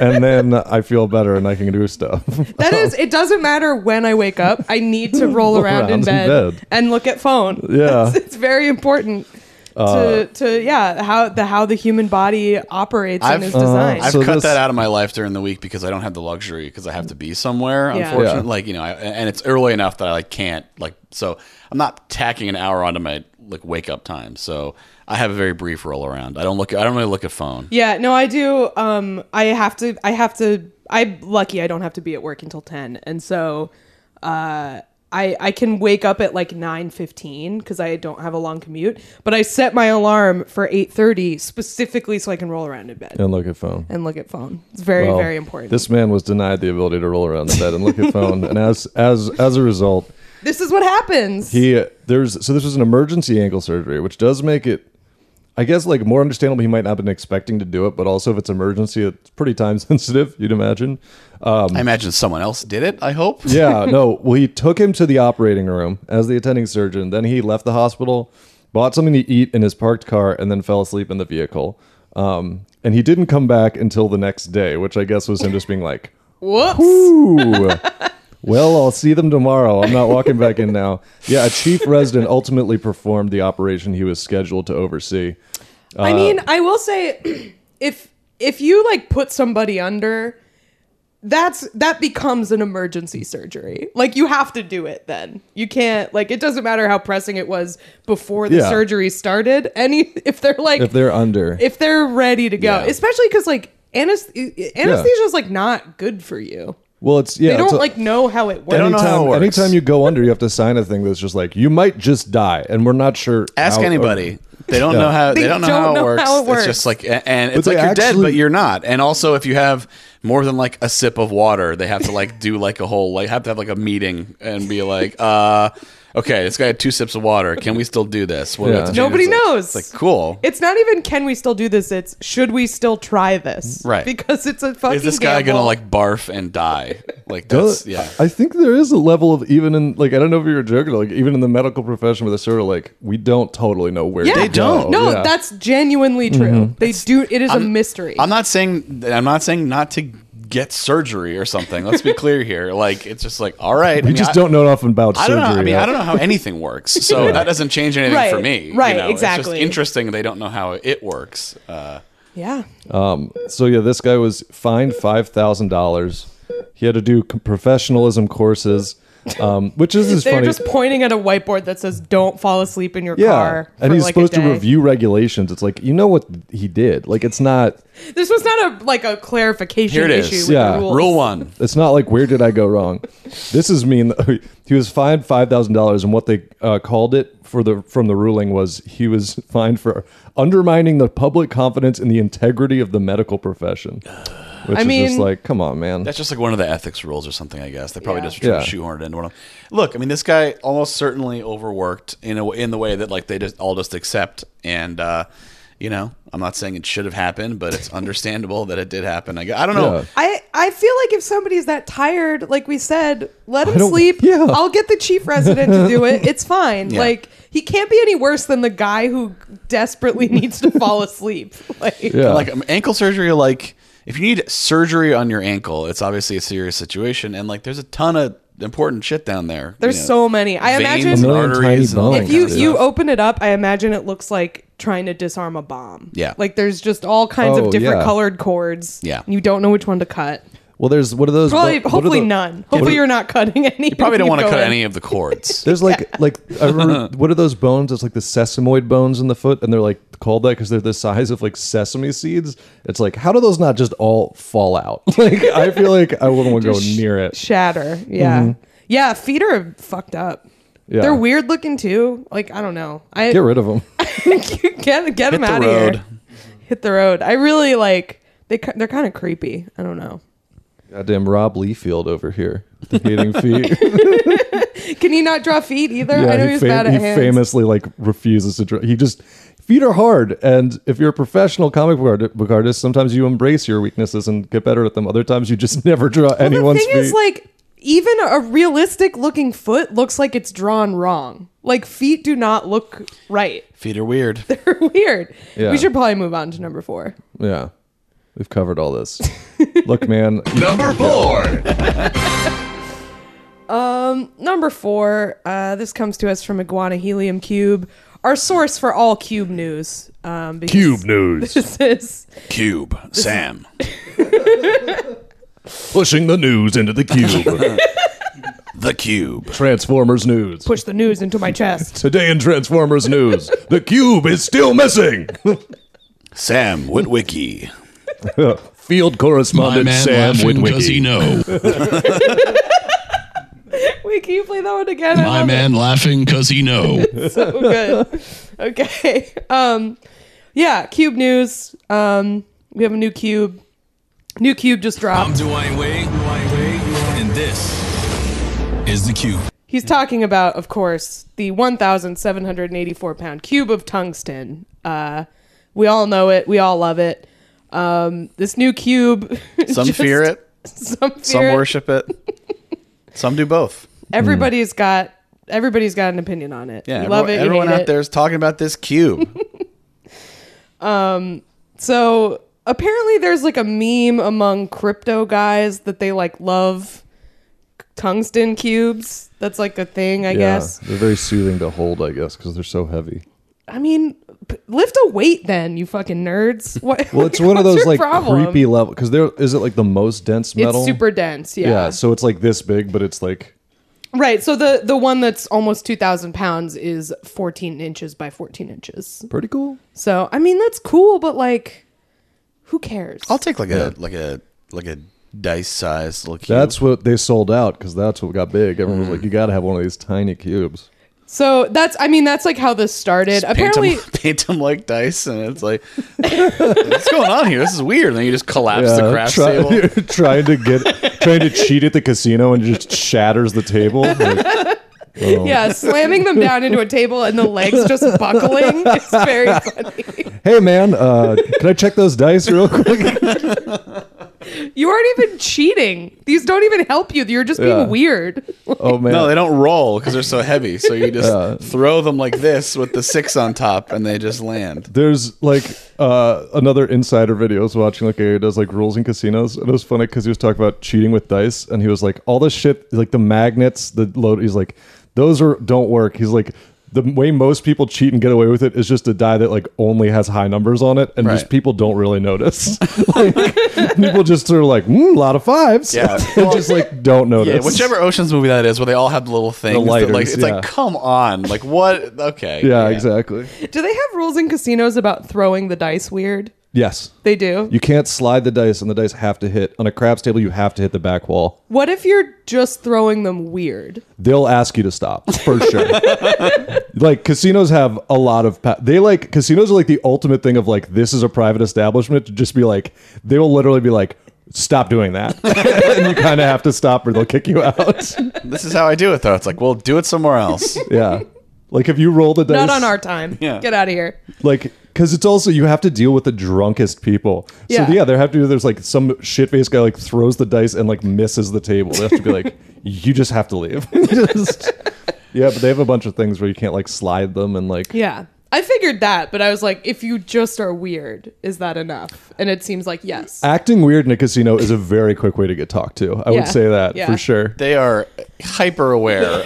D: and then I feel better and I can do stuff.
C: That is, it doesn't matter when I wake up. I need to roll around,
D: around in
C: in, bed
D: bed.
C: and look at phone.
D: Yeah.
C: it's, it's very important to,
B: Uh,
C: to yeah how the how the human body operates
B: I've- uh,
C: and is designed.
B: I've
D: So
B: cut
D: this-
B: that out of my life during the week because I don't have the luxury because I have to be somewhere.
C: Yeah.
B: Unfortunately,
D: Yeah.
B: like you know, I, and it's early enough that I like can't like. So I'm not tacking an hour onto my like wake up time. So I have a very brief roll around. I don't look. I don't really look at phone.
C: Yeah, no, I do. Um, I have to. I have to. I'm lucky. I don't have to be at work until ten, and so uh, I I can wake up at like nine fifteen because I don't have a long commute. But I set my alarm for eight thirty specifically so I can roll around in bed
D: and look at phone.
C: and look at phone. It's very
D: Well,
C: very important. This
D: This man was denied the ability to roll around in bed and look at phone. And as as as a result,
C: this is what happens.
D: He there's so this was an emergency ankle surgery, which does make it, I guess, like more understandable. He might not have been expecting to do it, but also if it's emergency, it's pretty time sensitive. You'd imagine.
B: I imagine someone else did it. I hope.
D: Yeah, no. Well, he took him to the operating room as the attending surgeon. Then he left the hospital, bought something to eat in his parked car, and then fell asleep in the vehicle. Um, and he didn't come back until the next day, which I guess was him just being like,
C: Whoops.
D: Ooh. well, I'll see them tomorrow. I'm not walking back in now. Yeah, a chief resident ultimately performed the operation he was scheduled to oversee.
B: Uh,
C: I mean, I will say if if you like put somebody under that's that becomes an emergency surgery. Like you have to do it then. You can't like it doesn't matter how pressing it was before the
D: Yeah.
C: surgery started. Any if they're like
D: If they're under,
C: if they're ready to go,
B: uh, Yeah.
C: especially cuz like anes- anesthesia is like not good for you.
D: well, it's yeah.
C: They
D: it's
C: don't
D: a-
C: like know how it works.
B: don't know
D: anytime,
B: how it works.
D: anytime you go under, you have to sign a thing that's just like you might just die, and we're not sure.
B: Ask
D: how-
B: anybody. They don't know how they, don't know, how, it works. It's just like a- and it's
D: they
B: like you're dead,
D: actually-
B: but you're not. And also, if you have more than like a sip of water. They have to like do like a whole like have to have like a meeting and be like, uh, okay, this guy had two sips of water. Can we still do this? What do we have to
D: Yeah.
B: change
C: Nobody
B: this?"
C: knows.
B: It's like cool.
C: It's not even can we still do this? It's should we still try this?
B: Right.
C: Because it's a fucking.
B: Is this guy
C: gamble.
B: gonna like barf and die? Like
D: Well,
B: that's yeah.
D: I think there is a level of even in like I don't know if you were joking, like even in the medical profession where they're sort of like we don't totally know where
C: Yeah.
D: to
B: They don't.
D: go.
C: No,
D: Yeah.
C: that's genuinely true. They do. It is a mystery.
B: I'm not saying I'm not saying not to get surgery or something. Let's be clear here. Like it's just like all right.
D: we just don't know enough about
B: I
D: surgery.
B: don't know. I mean,
D: yet.
B: I don't know how anything works, so that doesn't change anything
C: Right,
B: for me.
C: right,
B: know? It's
C: exactly.
B: just interesting they don't know how it works. Uh,
C: yeah.
D: So yeah, this guy was fined five thousand dollars. He had to do c- professionalism courses, um, which is is
C: They're
D: funny.
C: just pointing at a whiteboard that says "Don't fall asleep in your
D: yeah,
C: car."
D: and
C: for,
D: he's
C: like, a
D: supposed to
C: day.
D: review regulations. It's like you know what he did. Like it's not.
C: This was not a like a clarification
B: Here it is.
C: issue. With
D: Yeah.
C: the rules.
B: rule one.
D: It's not like where did I go wrong. This is mean. He was fined five thousand dollars, and what they uh, called it for the from the ruling was he was fined for undermining the public confidence in the integrity of the medical profession. Which is
C: mean-
D: just like, come on, man.
B: That's just like one of the ethics rules or something, I guess. They probably
C: Yeah.
B: just try
D: Yeah.
B: to shoehorn it into one. Of, look, I mean, this guy almost certainly overworked in a, in the way that like they just all just accept. And uh, you know, I'm not saying it should have happened, but it's understandable that it did happen. I, gu- I don't know.
D: Yeah.
C: I, I feel like if somebody's that tired, like we said, let him
D: don't-
C: sleep.
D: yeah.
C: I'll get the chief resident to do it. It's fine.
B: Yeah.
C: Like he can't be any worse than the guy who desperately needs to fall asleep. Like
D: yeah.
B: Like um, ankle surgery, like if you need surgery on your ankle, it's obviously a serious situation, and like there's a ton of important shit down there.
C: There's so many. I imagine-
B: and
C: A
D: million
B: arteries
D: tiny
B: and all that
D: bones.
C: if you
B: kind of
C: you
B: stuff.
C: open it up, I imagine it looks like trying to disarm a bomb.
B: Yeah.
C: Like there's just all kinds
D: Oh,
C: of different
D: yeah.
C: colored cords.
B: Yeah.
C: You don't know which one to cut.
D: well, there's what are those?
C: Probably
D: what are
C: hopefully
D: the-
C: none. Hopefully you're not cutting any. You
B: probably don't want to
C: go
B: cut
C: in.
B: any of the cords.
D: There's like like I remember, what are those bones? It's like the sesamoid bones in the foot, and they're like called that because they're the size of like sesame seeds. It's like how do those not just all fall out? Like I feel like I wouldn't want to go near it. Mm-hmm.
C: Shatter. Yeah. Yeah, feet are fucked up.
D: Yeah.
C: They're weird looking too. Like I don't know. I
D: Get rid of them.
C: get get them
B: the
C: out of
B: road.
C: here. Hit the road. I really like they. ki- They're kind of creepy. I don't know.
D: Goddamn Rob Leafield over here, the hating feet.
C: Can he not draw feet either? I know
D: Yeah,
C: he
D: he,
C: was
D: fam-
C: bad at
D: he
C: hands.
D: famously like refuses to. Dr- he just feet are hard, and if you're a professional comic book, art- book artist, sometimes you embrace your weaknesses and get better at them. Other times you just never draw
C: the
D: anyone's
C: thing
D: feet.
C: is, like, even a realistic looking foot looks like it's drawn wrong. Like feet do not look right.
B: Feet are weird.
C: They're weird.
D: Yeah.
C: We should probably move on to number four.
D: yeah, we've covered all this. Look, man,
A: Number four.
C: Number four, uh, this comes to us from Iguana Helium Cube, our source for all Cube news. Um, because
A: Cube news.
C: This is
B: Cube, Sam.
A: Pushing the news into the cube.
B: The cube.
D: Transformers news.
C: push the news into my chest.
D: Today in Transformers news, the cube is still missing.
B: Sam Witwicky.
D: Field correspondent Sam Witwicky.
H: know?
C: Wait, can you play that one again? I love it.
H: laughing because he know.
C: so good. Okay. Um, yeah, Cube news. Um, we have a new Cube. New Cube just
H: I'm
C: dropped.
H: Dwayne Wade, Dwayne Wade, and this is the cube.
C: He's talking about, of course, the 1,784 pound cube of tungsten. Uh, we all know it. We all love it. Um, this new cube.
B: Some
C: just-
B: fear it,
C: Some fear
B: some
C: it.
B: worship it, some do both.
C: Everybody's
H: Hmm.
C: got. Everybody's got an opinion on it.
B: Yeah,
C: you love
B: everyone,
C: it. you
B: everyone
C: hate
B: out
C: it.
B: there is talking about this cube.
C: So apparently, there's like a meme among crypto guys that they like love tungsten cubes. That's like a thing, I
D: Yeah,
C: guess.
D: they're very soothing to hold, I guess, because they're so heavy.
C: I mean, p- lift a weight, then you fucking nerds. What,
D: Well, it's one of
C: what's
D: those
C: your
D: like
C: problem?
D: creepy level because there is it like the most dense metal.
C: It's super dense, yeah.
D: yeah. so it's like this big, but it's like
C: right. So the the one that's almost two thousand pounds is fourteen inches by fourteen inches.
D: pretty cool.
C: So I mean, that's cool, but like, who cares?
B: I'll take like a like a like a dice sized little cube.
D: Hmm. That's what they sold out because that's what got big. Everyone was like, "You got to have one of these tiny cubes."
C: So that's, I mean, that's like how this started.
B: paint
C: Apparently,
B: them, paint them like dice, and it's like, what's going on here? This is weird. And then you just collapse the crash
D: try-
B: table.
D: you're trying to get, trying to cheat at the casino and just shatters the table. Like, oh.
C: yeah, slamming them down into a table and the legs just buckling. It's very funny.
D: Hey man, uh, can I check those dice real quick?
C: You aren't even cheating. These don't even help you. You're just being
D: Yeah.
C: weird.
D: Oh man,
B: No, they don't roll because they're so heavy. So you just throw them like this with the six on top, and they just land.
D: There's like uh, another insider video I was watching, like a guy who does like rules in casinos, and it was funny because he was talking about cheating with dice, and he was like, all this shit, like the magnets, the load, he's like, those are don't work. He's like, the way most people cheat and get away with it is just a die that like only has high numbers on it, and
B: Right.
D: just people don't really notice. like, people just are like, mm, a lot of fives,
B: Yeah.
D: and just like don't notice.
B: Yeah, whichever Ocean's movie that is, where they all have the little things. that, like
D: lighters,
B: it's
D: yeah.
B: like, come on, like what? Okay,
D: Yeah, exactly.
C: Do they have rules in casinos about throwing the dice weird?
D: Yes.
C: They do.
D: You can't slide the dice, and the dice have to hit on a craps table. You have to hit the back wall.
C: What if you're just throwing them weird?
D: they'll ask you to stop for sure. like casinos have a lot of pa- they like casinos are like the ultimate thing of like this is a private establishment to just be like they will literally be like stop doing that and you kind of have to stop or they'll kick you out.
B: This is how I do it though. It's like, well, do it somewhere else.
D: yeah. Like if you roll the dice
C: Not on our time.
B: Yeah.
C: Get out of here.
D: like because it's also you have to deal with the drunkest people.
C: Yeah.
D: So yeah, there have to be there's like some shit faced guy like throws the dice and like misses the table. They have to be like, you just have to leave. Just- yeah, but they have a bunch of things where you can't like slide them and like
C: Yeah. I figured that, but I was like, if you just are weird, is that enough? And it seems like yes.
D: acting weird in a casino is a very quick way to get talked to. I
C: Yeah.
D: would say that
C: Yeah.
D: for sure.
B: They are hyper aware. Of,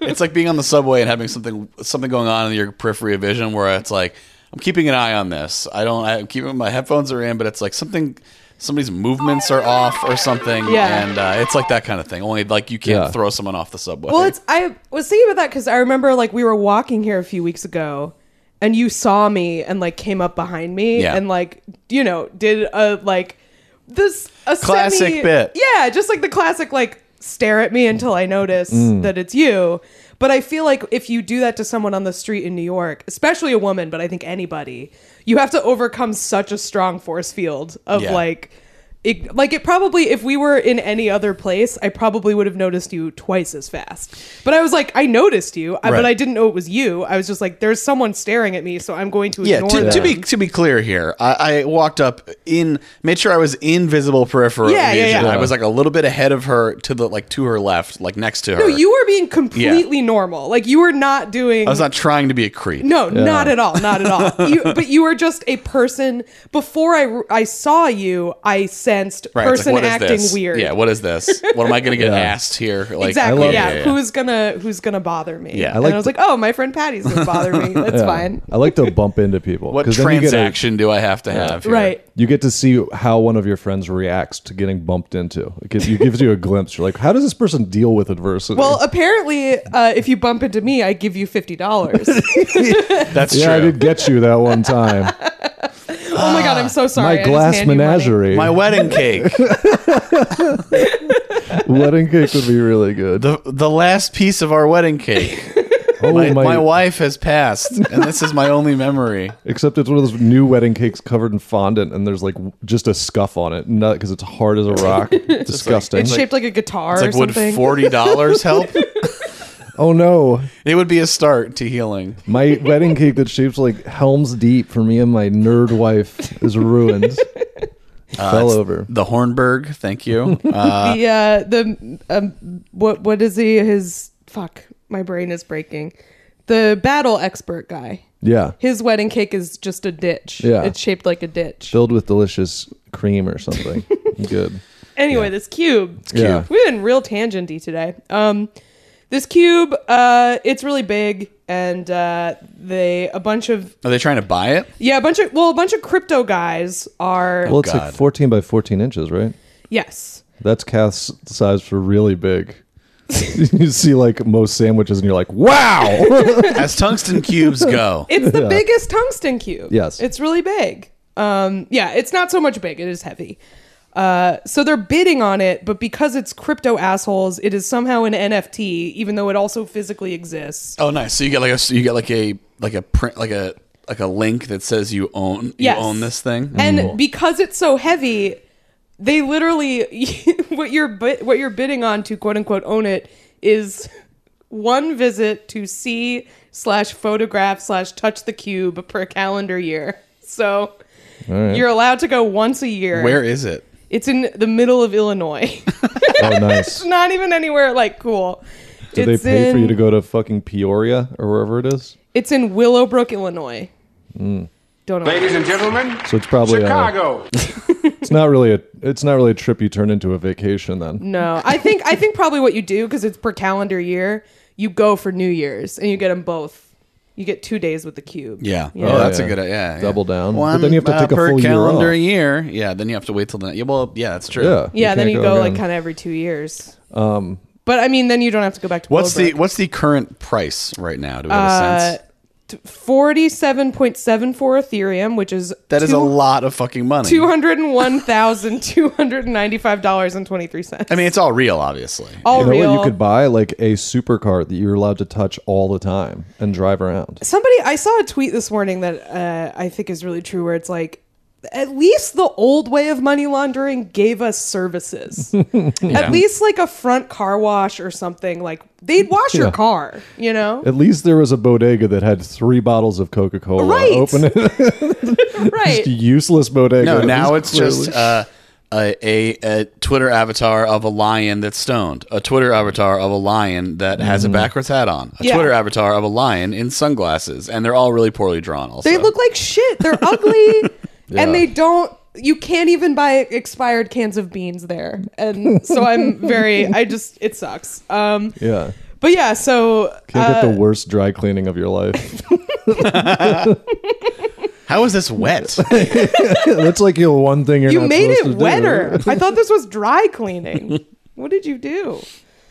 B: it's like being on the subway and having something something going on in your periphery of vision, where it's like, I'm keeping an eye on this. I don't. I'm keeping my headphones are in, but it's like something. Somebody's movements are off or something,
C: Yeah.
B: and uh, it's like that kind of thing. Only like you can't
D: Yeah.
B: throw someone off the subway.
C: Well, it's I was thinking about that because I remember like we were walking here a few weeks ago, and you saw me and like came up behind me
B: Yeah.
C: and like you know did a like this a
B: Classic
C: semi-
B: bit.
C: Yeah, just like the classic like stare at me until I notice
B: Mm.
C: that it's you. But I feel like if you do that to someone on the street in New York, especially a woman, but I think anybody, you have to overcome such a strong force field of
B: Yeah.
C: like it, like it probably if we were in any other place i probably would have noticed you twice as fast but i was like i noticed you I but
B: Right.
C: i didn't know it was you i was just like there's someone staring at me so i'm going to
B: yeah
C: ignore
B: to, to
C: them.
B: be to be clear here I, I walked up in made sure i was invisible peripheral
C: Yeah, yeah,
B: vision.
C: yeah.
B: i was like a little bit ahead of her to the like to her left like next to her
C: no you were being completely normal like you were not doing
B: i was not trying to be a creep
C: no not at all not at all you, but you were just a person before i i saw you i sensed
B: Right, it's like,
C: person
B: what is
C: acting
B: this?
C: weird
B: Yeah, what is this? What am I going to get asked here? Like,
C: exactly.
D: love-
C: Yeah.
B: yeah.
C: Who's gonna Who's gonna bother me?
B: Yeah. I
C: And I,
D: like
C: was
D: the-
C: like, oh, my friend Patty's gonna bother me. That's fine.
D: I like to bump into people.
B: What
D: 'cause then you get a-
B: transaction do I have to have? Here?
C: Right.
D: You get to see how one of your friends reacts to getting bumped into. It gives, it gives you a glimpse. You're like, how does this person deal with adversity?
C: Well, apparently, uh, if you bump into me, I give you fifty dollars. oh
B: That's
D: yeah, I
B: true.
D: did get you that one time.
C: my god, I'm so sorry. I
D: My
C: just
D: glass
C: hand you money.
D: menagerie.
B: My wedding cake.
D: wedding cake would be really good.
B: the the last piece of our wedding cake.
D: oh,
B: My, my wife has passed, and this is my only memory.
D: Except it's one of those new wedding cakes covered in fondant, and there's like w- just a scuff on it, not because it's hard as a rock. Disgusting.
C: It's shaped like a guitar
B: It's
C: or
B: like, would
C: something.
B: forty dollars help?
D: oh no,
B: It would be a start to healing.
D: my wedding cake that's shaped like Helm's Deep for me and my nerd wife is ruined. Fell over.
B: The Hornberg, thank you. Uh,
C: the uh, the um, what what is he? His fuck, my brain is breaking. The battle expert guy.
D: Yeah,
C: His wedding cake is just a ditch.
D: Yeah.
C: It's shaped like a ditch.
D: filled with delicious cream or something. good.
C: Anyway, this cube. It's
D: cube. Yeah.
C: We've been real tangenty today. Um, this cube, uh, it's really big, and uh, they a bunch of
B: are they trying to buy it?
C: yeah, a bunch of well, a bunch of crypto guys are
D: Well, it's like
B: God.
D: 14 by 14 inches, right?
C: yes.
D: That's Kath's size for really big. you see like most sandwiches, and you're like, wow.
B: As tungsten cubes go,
C: It's the biggest tungsten cube.
D: Yes.
C: It's really big. Um, yeah, it's not so much big, it is heavy. Uh, so they're bidding on it, but because it's crypto assholes, it is somehow an NFT, even though it also physically exists.
B: Oh, nice. So you get like a so you get like a like a print like a like a link that says you own you
C: Yes.
B: own this thing.
C: and
B: Cool.
C: because it's so heavy they literally what you're bid- what you're bidding on to quote unquote own it is one visit to see slash photograph slash touch the cube per calendar year so you're allowed to go once a year
B: where is it?
C: it's in the middle of illinois
D: Oh, nice.
C: it's not even anywhere like cool
D: Did
C: It's
D: they pay for
C: in-
D: you to go to fucking Peoria or wherever it is?
C: it's in willowbrook illinois
B: Mm.
C: don't know
E: and gentlemen,
D: So it's probably uh, it's not really a it's not really a trip you turn into a vacation then.
C: No, I think I think probably what you do because it's per calendar year. You go for New Year's and you get them both. You get two days with the cube.
B: Yeah.
C: Yeah.
B: Oh, that's
D: Yeah.
B: a good yeah. yeah.
D: Double down. But
B: One,
D: then you have to
B: uh,
D: take a
B: per
D: full year
B: calendar
D: off.
B: year. Yeah, then you have to wait till the yeah, well, yeah, that's true.
D: Yeah.
C: Yeah, then
D: can't
C: you go, like
D: again.
C: kind of every two years. Um, but I mean, then you don't have to go back to
B: What's the what's the current price right now? Do we have a sense?
C: forty-seven point seven four Ethereum, which is
B: That is a lot of fucking money.
C: Two hundred and one thousand two hundred and ninety-five dollars and twenty-three cents.
B: I mean, it's all real, obviously.
C: all
D: You know
C: real.
D: what you could buy? Like a supercar that you're allowed to touch all the time and drive around.
C: somebody i saw a tweet this morning that uh, i think is really true where it's like at least the old way of money laundering gave us services at least like a front car wash or something like they'd wash your
D: Yeah.
C: car you know
D: At least there was a bodega that had three bottles of Coca Cola.
C: Right.
D: Open it.
C: right
D: useless bodega.
B: No,
D: It
B: now
D: was
B: it's just
D: clearly-
B: uh, a, a a Twitter avatar of a lion that's stoned, a Twitter avatar of a lion that has a backwards hat on, a
C: Yeah.
B: Twitter avatar of a lion in sunglasses, and they're all really poorly drawn. Also,
C: they look like shit they're ugly and they don't you can't even buy expired cans of beans there and so i'm very i just it sucks um
D: yeah.
C: but yeah so uh,
D: Can't get the worst dry cleaning of your life.
B: How is this wet?
D: That's like you know, one thing you're
C: you
D: not
C: made
D: supposed
C: it
D: to do,
C: wetter
D: right?
C: i thought this was dry cleaning what did you do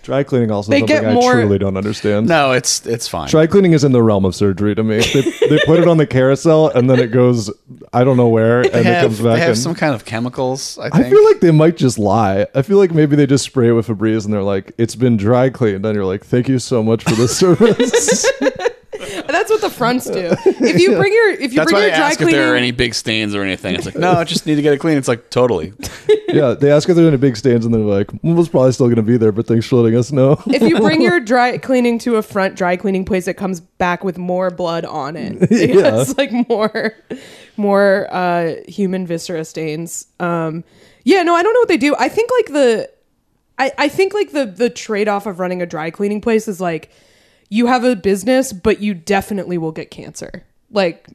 D: Dry cleaning also
C: They
D: something
C: get more-
D: I truly don't understand.
B: no, it's it's fine.
D: Dry cleaning is in the realm of surgery to me. They, they put it on the carousel and then it goes, I don't know where, and
B: they
D: it
B: have,
D: comes
B: they
D: back.
B: have
D: in.
B: some kind of chemicals. I think.
D: I feel like they might just lie. I feel like maybe they just spray it with Febreze and they're like, "It's been dry cleaned," and you're like, "Thank you so much for the service."
C: That's what the fronts do. If you bring your if you
B: that's
C: bring
B: why they
C: your dry
B: ask if there are
C: cleaning,
B: any big stains or anything. It's like, no, I just need to get it clean. It's like totally.
D: yeah, they ask if they're in a big stains and they're like, well, "It's probably still going to be there, but thanks for letting us know."
C: if you bring your dry cleaning to a front dry cleaning place, it comes back with more blood on it. It
D: Yeah.
C: has like more more uh, human viscera stains. Um, yeah, no, I don't know what they do. I think like the I, I think like the the trade off of running a dry cleaning place is like you have a business, but you definitely will get cancer. Like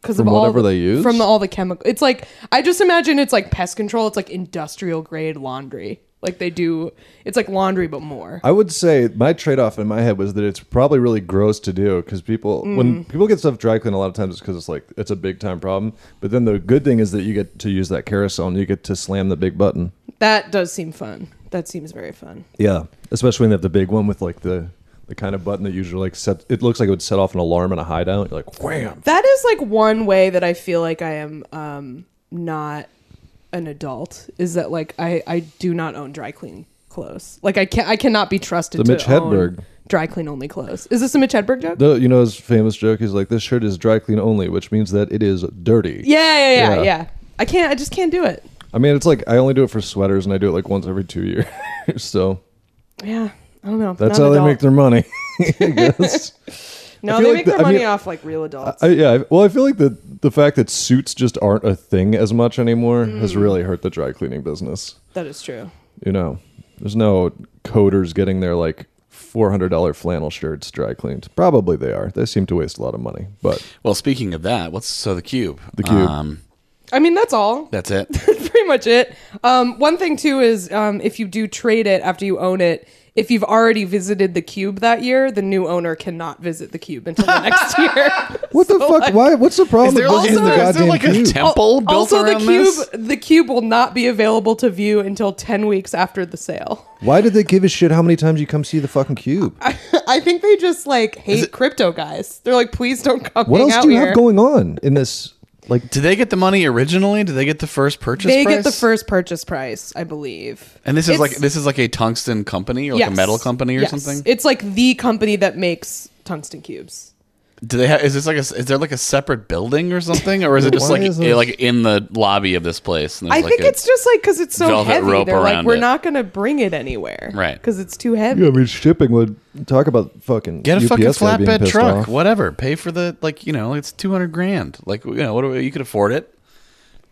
C: because of
D: From
C: all
D: whatever
C: the-
D: they use?
C: from the, all the chemical. It's like I just imagine it's like pest control. It's like industrial grade laundry. Like they do. It's like laundry, but more.
D: I would say my trade-off in my head was that it's probably really gross to do because people
C: Mm.
D: when people get stuff dry cleaned a lot of times it's because it's like it's a big time problem. But then the good thing is that you get to use that carousel and you get to slam the big button.
C: That does seem fun. That seems very fun.
D: Yeah, especially when they have the big one with like the the kind of button that usually like set. It looks like it would set off an alarm in a hideout. You're like, wham!
C: That is like one way that I feel like I am um, not an adult. Is that like I I do not own dry clean clothes. Like I can I cannot be trusted
D: The
C: to
D: Mitch
C: own
D: Hedberg.
C: dry clean only clothes. Is this a Mitch Hedberg joke?
D: The, you know his famous joke is like, "This shirt is dry clean only," which means that it is dirty.
C: yeah, yeah, yeah,
D: Yeah.
C: yeah. I can't. I just can't do it.
D: I mean, it's like I only do it for sweaters, and I do it like once every two years. so
C: Yeah, I don't know.
D: that's
C: Not an
D: how they
C: adult.
D: make their money. I guess. I
C: No, they
D: feel like
C: make
D: the-
C: their
D: I
C: money
D: mean-
C: off like real adults.
D: I, yeah, I- well, I feel like the the fact that suits just aren't a thing as much anymore
B: Mm.
D: has really hurt the dry cleaning business.
C: that is true.
D: You know, there's no coders getting their like four hundred dollar flannel shirts dry cleaned. Probably they are. They seem to waste a lot of money, but
B: Well, speaking of that, what's so the cube? The
D: Cube.
B: Um,
C: I mean, that's all.
B: that's it.
C: pretty much it. Um, one thing too is um, if you do trade it after you own it, if you've already visited the cube that year, the new owner cannot visit the cube until the next year. uh,
D: what the fuck? Why? What's the problem?
B: Is there,
D: with
B: like,
D: visiting
B: is
D: the
B: there- is there
D: goddamn
B: like a
D: cube?
B: temple built
C: also, the
B: around
C: cube
B: this?
C: the cube will not be available to view until ten weeks after the sale.
D: Why did they give a shit how many times you come see the fucking cube?
C: I think they just like hate crypto guys. They're like, please don't come.
D: What
C: hang
D: else
C: out
D: do you
C: here.
D: have going on in this Like
B: Did they get the money originally? Did they get the first purchase?
C: they
B: price?
C: get the first purchase price, I believe.
B: And this is
C: It's-
B: like this is like a tungsten company or like a
C: yes.
B: metal company or
C: Yes.
B: something.
C: It's like the company that makes tungsten cubes.
B: Do they have? Is this like a? Is there like a separate building or something, or is it just
D: Why
B: like eh,
D: is this-
B: like in the lobby of this place? And
C: I
B: there's, like,
C: think
B: a-
C: it's just like because it's so
B: velvet
C: heavy.
B: rope
C: They're like,
B: around
C: we're
B: it.
C: not going to bring it anywhere,
B: Right.
C: Because it's too heavy.
D: yeah, I mean, shipping would talk about fucking
B: get a
D: UPS
B: fucking
D: guy being
B: flatbed
D: pissed
B: truck,
D: off.
B: whatever. Pay for the like you know it's two hundred grand. Like you know what do- you could afford it.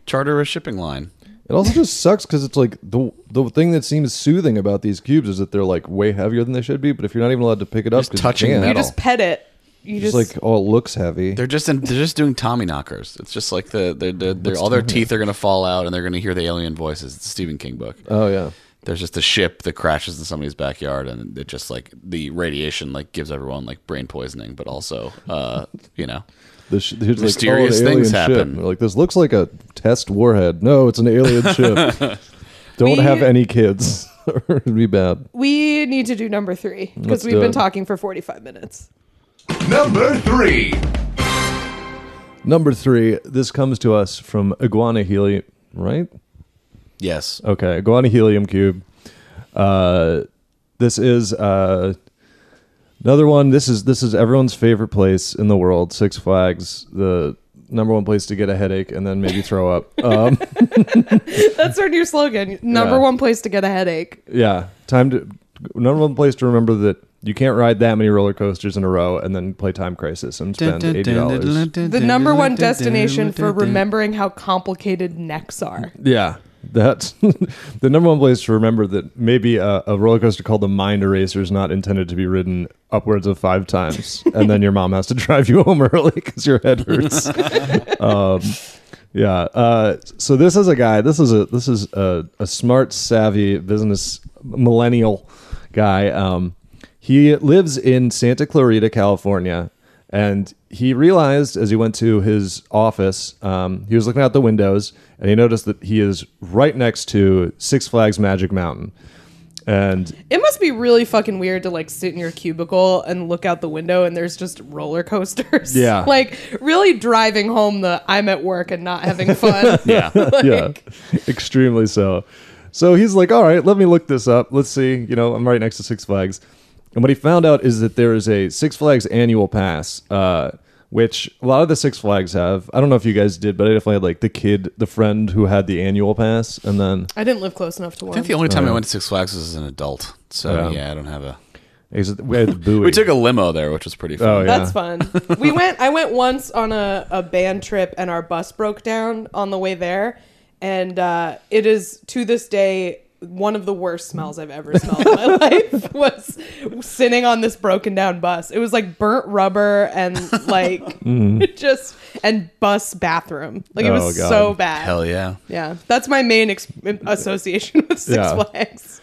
B: Charter a shipping line.
D: It also just sucks because it's like the the thing that seems soothing about these cubes is that they're like way heavier than they should be. But if you're not even allowed to pick it up,
B: Just
D: 'cause
B: touching
D: you can't,
C: You
B: metal.
C: just pet it. You
D: it's
C: just,
D: like oh, it looks heavy.
B: They're just in, they're just doing Tommy knockers. It's just like the they're, they're, they're, all their teeth are gonna fall out and they're gonna hear the alien voices. It's a Stephen King book.
D: Oh yeah,
B: There's just a ship that crashes in somebody's backyard and it just like the radiation like gives everyone like brain poisoning, but also uh you know
D: the sh- there's like,
B: Mysterious
D: oh, an
B: things
D: alien ship.
B: happen.
D: We're Like this looks like a test warhead. No, it's an alien ship. Don't
C: We-
D: have any kids. It'd be bad.
C: we need to do number three because
D: Let's
C: we've
D: do
C: been
D: it.
C: talking for 45 minutes.
A: Number three.
D: Number three. This comes to us from Iguana Healy, right?
B: yes
D: Okay, Iguana Helium Cube. Uh, this is uh, another one. This is this is everyone's favorite place in the world. Six Flags, the number one place to get a headache and then maybe throw up. Um,
C: That's our new slogan. Number
D: Yeah.
C: one place to get a headache.
D: yeah, time to number one place to remember that you can't ride that many roller coasters in a row and then play Time Crisis and spend eighty dollars.
C: The number one destination for remembering how complicated necks are.
D: Yeah. That's the number one place to remember that maybe a, a roller coaster called the Mind Eraser is not intended to be ridden upwards of five times, and then your mom has to drive you home early because your head hurts. um, yeah. Uh, so this is a guy. This is a this is a, a smart, savvy business millennial guy. Um, he lives in Santa Clarita, California, and he realized as he went to his office, um, he was looking out the windows, and he noticed that he is right next to Six Flags Magic Mountain. And
C: It must be really fucking weird to like sit in your cubicle and look out the window and there's just roller coasters.
D: Yeah.
C: like really driving home the I'm at work and not having fun. yeah. like,
D: yeah, extremely so. So he's like, all right, let me look this up. Let's see. You know, I'm right next to Six Flags. And what he found out is that there is a Six Flags annual pass, uh, which a lot of the Six Flags have. I don't know if you guys did, but I definitely had like the kid, the friend who had the annual pass. And then
C: I didn't live close enough to one.
B: I think the only time I went to Six Flags was as an adult. So yeah, I don't have a.
D: is it- we had the buoy.
B: We took a limo there, which was pretty fun.
D: Oh, yeah.
C: That's fun. We went. I went once on a, a band trip, and our bus broke down on the way there, and uh, it is to this day one of the worst smells I've ever smelled in my life. Was sitting on this broken down bus. It was like burnt rubber and like just and bus bathroom. Like it
D: Mm. Oh,
C: was
D: God.
C: so bad.
B: Hell yeah!
C: Yeah, that's my main ex- association with Six
D: Yeah.
C: Flags.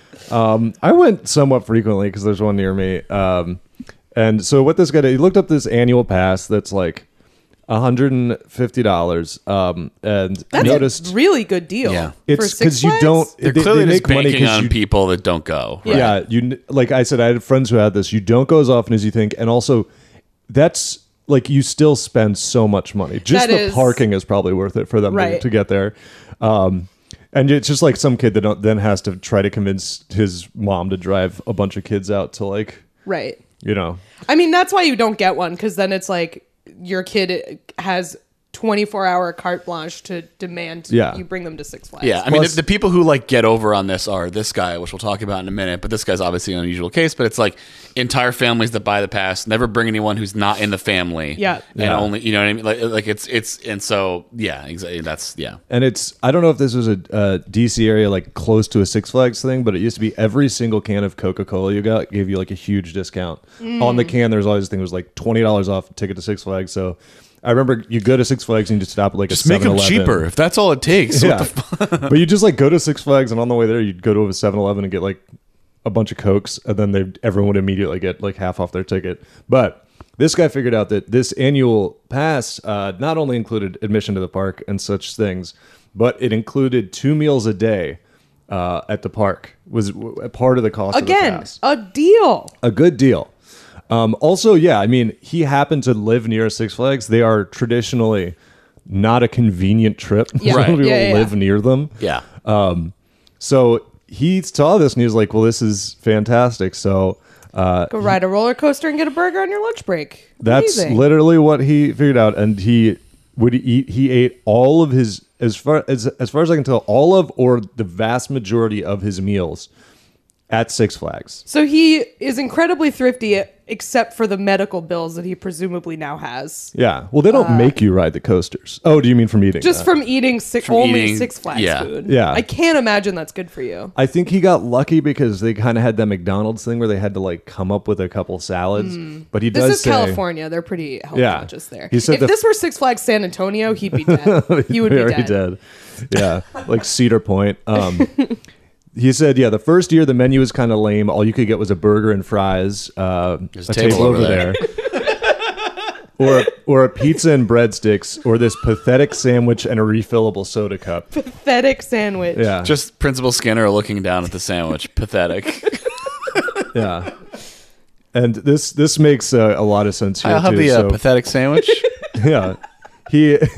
D: I went somewhat frequently because there's one near me. Um, and so what this guy did, he looked up this annual pass that's like $150 um, and
C: That's
D: noticed.
C: a really good deal.
B: Yeah.
D: It's
C: Six
D: because you
C: Flags?
D: don't.
B: They're
D: they,
B: clearly
D: they
B: just
D: make money
B: banking
D: 'cause
B: on
D: you,
B: people that don't go. Right?
D: Yeah, you kn- like I said, I had friends who had this. You don't go as often as you think, and also that's like you still spend so much money. Just
C: That
D: the
C: is-
D: parking is probably worth it for them to-
C: Right.
D: to, get there. Um, and it's just like some kid that don't, then has to try to convince his mom to drive a bunch of kids out to like
C: Right.
D: you know
C: I mean, that's why you don't get one because then it's like your kid has 24 hour carte blanche to demand
D: Yeah.
C: you bring them to Six Flags.
B: Yeah, I mean, the,
D: Plus-
B: the people who like get over on this are this guy, which we'll talk about in a minute. But this guy's obviously an unusual case. But it's like entire families that buy the pass never bring anyone who's not in the family.
C: Yeah.
B: and only you know what I mean. Like, like it's it's and so yeah, exactly. That's yeah.
D: And it's I don't know if this was a, uh DC area like close to a Six Flags thing, but it used to be every single can of Coca Cola you got gave you like a huge discount on the can. There's always a thing that was like twenty dollars off a ticket to Six Flags. So I remember you go to Six Flags and you just stop at like a 7-Eleven.
B: if that's all it takes.
D: Yeah, but you just like go to Six Flags and on the way there you'd go to a 7-Eleven and get like a bunch of cokes, and then they everyone would immediately get like half off their ticket. But this guy figured out that this annual pass uh, not only included admission to the park and such things, but it included two meals a day uh, at the park was w- part of the cost. of the
C: Again,
D: pass
C: a deal.
D: a good deal. Um, also, yeah, I mean, he happened to live near Six Flags. They are traditionally not a convenient trip.
C: Yeah.
D: Some
C: Right.
D: people
C: Yeah, yeah,
D: live
C: yeah.
D: near them.
B: Yeah.
D: So he saw this and he was like, "Well, this is fantastic." So uh,
C: Go ride a roller coaster and get a burger on your lunch break.
D: that's
C: Amazing.
D: literally what he figured out, and he would eat. He ate all of his as far as as far as I can tell, all of or the vast majority of his meals at Six Flags.
C: So he is incredibly thrifty, except for the medical bills that he presumably now has,
D: Yeah. Well, they don't make you ride the coasters. Oh, do you mean from eating?
C: just
D: that?
C: from eating six,
B: From
C: only
B: eating-
C: Six Flags
B: yeah.
C: food.
D: Yeah.
C: I can't imagine that's good for you.
D: I think he got lucky because they kind of had that McDonald's thing where they had to like come up with a couple salads. But he
C: Hmm. This
D: does
C: is
D: say,
C: California. They're pretty health
D: Yeah.
C: conscious there.
D: He said
C: if
D: the-
C: this were Six Flags San Antonio, he'd be dead. he would be
D: very
C: dead.
D: Yeah, like Cedar Point. Um, he said, yeah, the first year the menu was kind of lame. All you could get was a burger and fries, uh,
B: There's a table over there.
D: or or a pizza and breadsticks, or this pathetic sandwich and a refillable soda cup.
C: Pathetic sandwich.
D: Yeah,
B: Just Principal Skinner looking down at the sandwich. Pathetic.
D: yeah. And this this makes uh, a lot of sense here
B: I'll have
D: too.
B: the uh,
D: so-
B: pathetic sandwich.
D: yeah he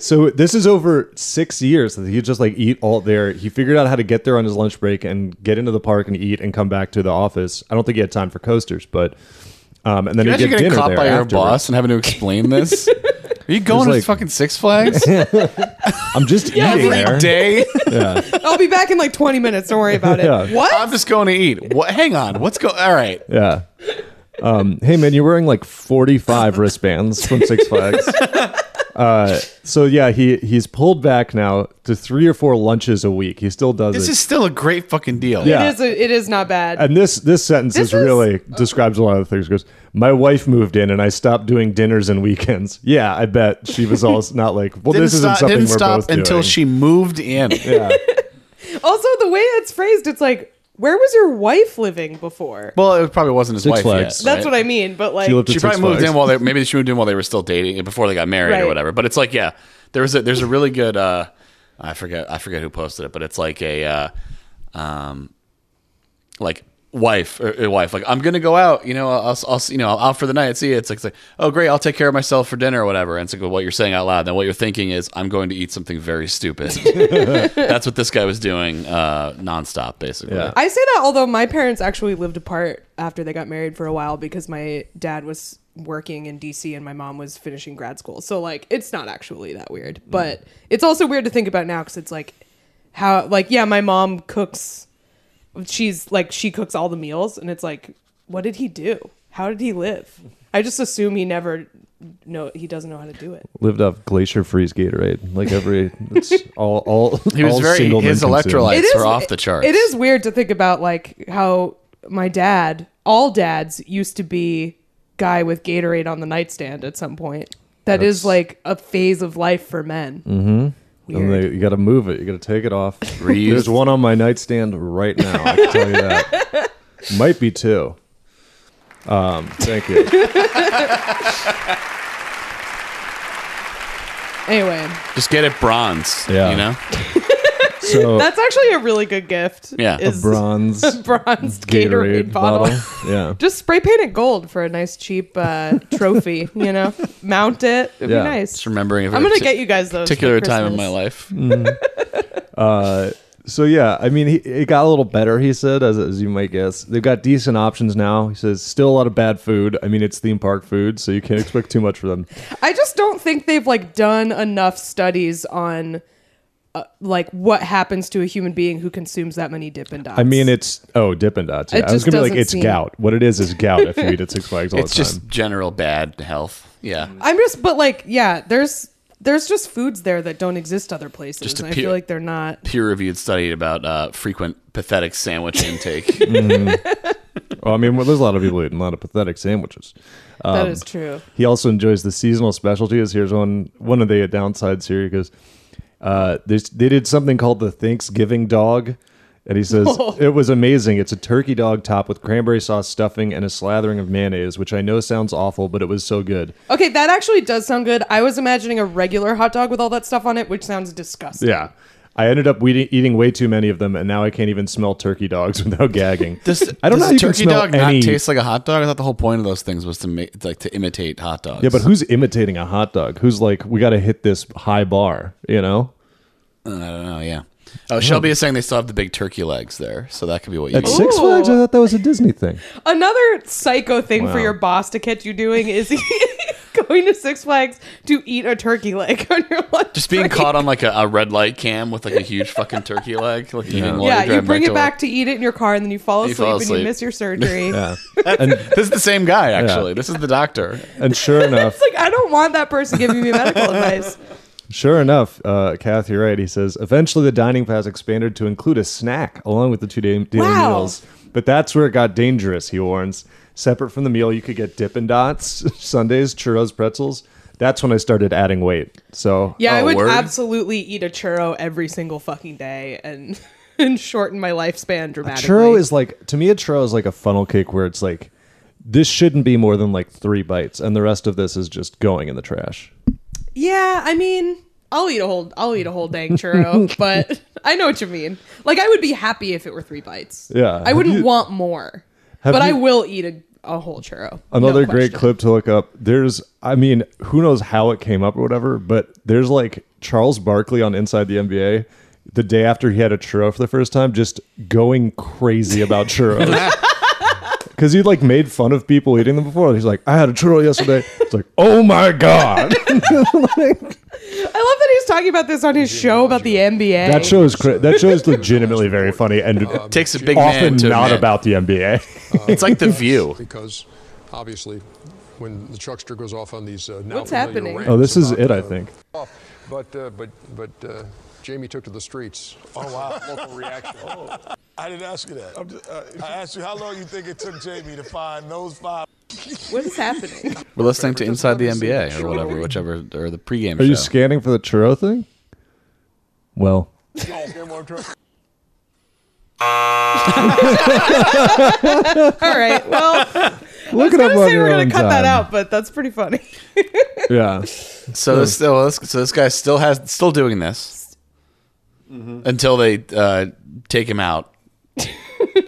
D: so this is over six years that he just like eat all there he figured out how to get there on his lunch break and get into the park and eat and come back to the office i don't think he had time for coasters but um and then he
B: Imagine
D: get
B: getting
D: dinner
B: caught
D: there
B: by your
D: afterwards.
B: boss and having to explain this. Are you going to
D: like-
B: fucking Six Flags
D: i'm just eating there
B: every day?
C: I'll be back in like 20 minutes. Don't worry about it.
D: Yeah.
C: What?
B: I'm just going to eat. What? Hang on. What's going? All right.
D: yeah um hey man you're wearing like 45 wristbands from six flags Uh, so yeah, he he's pulled back now to three or four lunches a week. He still does
B: This
D: it.
B: is still a great fucking deal.
D: Yeah.
C: It is. A, it is not bad.
D: And this this sentence
C: This
D: is, oh. really describes a lot of things. Goes, my wife moved in and I stopped doing dinners and weekends. Yeah, I bet she was all not like, well,
B: Didn't
D: this isn't
B: stop,
D: something
B: didn't
D: we're
B: stop
D: both
B: until
D: doing.
B: she moved in.
C: also, the way it's phrased, it's like, where was your wife living before?
B: Well, it probably wasn't his
D: Six
B: wife
D: Flags.
B: yet.
C: That's what I mean. But like,
D: She lived
B: She
D: Six
B: probably moved
D: Flags.
B: in while they maybe she moved in while they were still dating eh, before they got married
C: Right.
B: or whatever. But it's like yeah, there's a there's a really good uh, I forget I forget who posted it, but it's like a uh, um, like wife or, or wife like I'm gonna go out, you know, I'll, I'll, I'll you know I'll out for the night. See, you. it's like, it's like oh great, I'll take care of myself for dinner or whatever. And it's like what you're saying out loud. Then what you're thinking is I'm going to eat something very stupid. That's what this guy was doing uh, nonstop basically.
D: Yeah.
C: I say that although my parents actually lived apart after they got married for a while because my dad was working in DC and my mom was finishing grad school. So like it's not actually that weird. But it's also weird to think about now cuz it's like how like yeah, my mom cooks she's like she cooks all the meals and it's like what did he do? How did he live? I just assume he never no he doesn't know how to do it.
D: lived off glacier freeze Gatorade. Like every it's all all
B: He was
D: all
B: very-
D: single men
B: his
D: consumed.
B: electrolyte- lights are off the charts.
C: It is weird to think about like how my dad, all dads used to be guy with Gatorade on the nightstand at some point. That's...
D: That's-
C: like a phase of life for men.
B: Mm.
C: Mm-hmm.
D: And
C: Weird.
D: they, you got to move it. You got to take it off.
B: Breathe.
D: There's one on my nightstand right now. I can tell you that. Might be two. Um, thank you.
C: Anyway,
B: Just get it bronze.
D: Yeah.
B: You know.
D: So
C: that's actually a really good gift.
B: Yeah.
C: is
D: bronze
C: bronze
D: Gatorade, bottle. Yeah.
C: Just spray paint it gold for a nice cheap uh, trophy, you know? Mount it. It'd
D: Yeah.
C: be nice.
B: Just remembering. if
C: I'm
B: it-
C: going to get you guys those. for
B: particular time in
C: Christmas.
B: my life.
D: So yeah, I mean, he, it got a little better. He said, as, as you might guess, they've got decent options now. He says, still a lot of bad food. I mean, it's theme park food, so you can't expect too much from them.
C: I just don't think they've like done enough studies on uh, like what happens to a human being who consumes that many Dippin' Dots.
D: I mean, it's oh, Dippin' Dots. Yeah.
C: It
D: I was
C: just
D: gonna be like,
C: doesn't
D: it's
C: seem-
D: gout. What it is is gout. If you eat at Six Flags all
B: It's
D: the time,
B: just general bad health. Yeah.
C: I'm just, but like, yeah, there's there's just foods there that don't exist other places.
B: Just
C: and I
B: appear-
C: feel like they're not.
B: Peer reviewed study about uh, frequent pathetic sandwich intake.
D: well, I mean, well, there's a lot of people eating a lot of pathetic sandwiches. Um,
C: that is true.
D: He also enjoys the seasonal specialties. Here's one one of the downsides here. He goes, uh, they, they did something called the Thanksgiving dog. And he says, it was amazing. It's a turkey dog topped with cranberry sauce stuffing and a slathering of mayonnaise, which I know sounds awful, but it was so good.
C: Okay, that actually does sound good. I was imagining a regular hot dog with all that stuff on it, which sounds disgusting.
D: Yeah. I ended up weeding, eating way too many of them, and now I can't even smell turkey dogs without gagging.
B: Does,
D: I don't
B: does
D: know. how you can
B: turkey
D: smell
B: dog
D: any-
B: not taste like a hot dog? I thought the whole point of those things was to make like to imitate hot dogs.
D: Yeah, but who's imitating a hot dog? Who's like, we got to hit this high bar, you know?
B: Uh, I don't know. Yeah. Oh, Shelby is saying they still have the big turkey legs there, so that could be what you.
D: At
B: eat.
D: Six
C: Ooh.
D: Flags, I thought that was a Disney thing.
C: Another psycho thing for
D: Wow.
C: your boss to catch you doing is going to Six Flags to eat a turkey leg on your lunch.
B: Just being
C: break.
B: caught on like a, a red light cam with like a huge fucking turkey leg, like eating while
C: Yeah,
B: you're
C: you
B: driving
C: bring
B: to
C: it
B: work.
C: back to eat it in your car, and then you fall
B: You
C: asleep,
B: fall
C: and
B: asleep.
C: you miss your surgery.
B: This is the same guy actually. This is the doctor.
D: And sure enough,
C: It's like I don't want that person giving me medical advice.
D: sure enough, uh, Kath, you're right. He says eventually the dining pass expanded to include a snack along with the two day daily
C: Wow.
D: meals. But that's where it got dangerous. He warns. Separate from the meal, you could get Dippin' Dots, Sundays, churros, pretzels. That's when I started adding weight. So
C: Yeah, I
B: Oh,
C: would
B: word?
C: absolutely eat a churro every single fucking day and and shorten my lifespan dramatically.
D: churro is like to me a churro is like a funnel cake where it's like this shouldn't be more than like three bites and the rest of this is just going in the trash
C: yeah. I mean, I'll eat a whole I'll eat a whole dang churro, but I know what you mean. Like I would be happy if it were three bites.
D: Yeah.
C: I wouldn't
D: Have you-
C: want more,
D: Have
C: but I
D: you-
C: will eat a, a whole churro. No
D: another great
C: question.
D: clip to look up there's i mean who knows how it came up or whatever but there's like charles barkley on inside the nba the day after he had a churro for the first time just going crazy about churros because he'd like made fun of people eating them before he's like i had a churro yesterday it's like oh my god
C: I love that he's talking about this on his show about the NBA.
D: that show is cra- that show is legitimately very funny and
B: Takes a big
D: often
B: man to
D: not
B: admit.
D: about the NBA.
B: It's like the view.
I: because obviously when the truckster goes off on these uh, now
C: What's
I: familiar
C: happening?
I: rants
D: oh, this is
I: about,
D: it, I
I: uh,
D: think.
I: But uh, but but uh, Jamie took to the streets. Oh wow, local reaction.
J: I didn't ask you that. I'm just, uh, I asked you how long you think it took Jamie to find those five.
C: What is happening?
B: We're listening to Inside the NBA or whatever, whichever, or the pregame
D: Are you
B: show.
D: scanning for the churro thing? Well,
C: All right. Well, I
D: look it
C: was
D: up
C: gonna
D: on
C: say
D: your
C: we're gonna
D: own
C: cut that
D: time.
C: out, but that's pretty funny.
D: Yeah,
B: So this, so this, so this guy still has, still doing this
C: Mm-hmm.
B: until they uh, take him out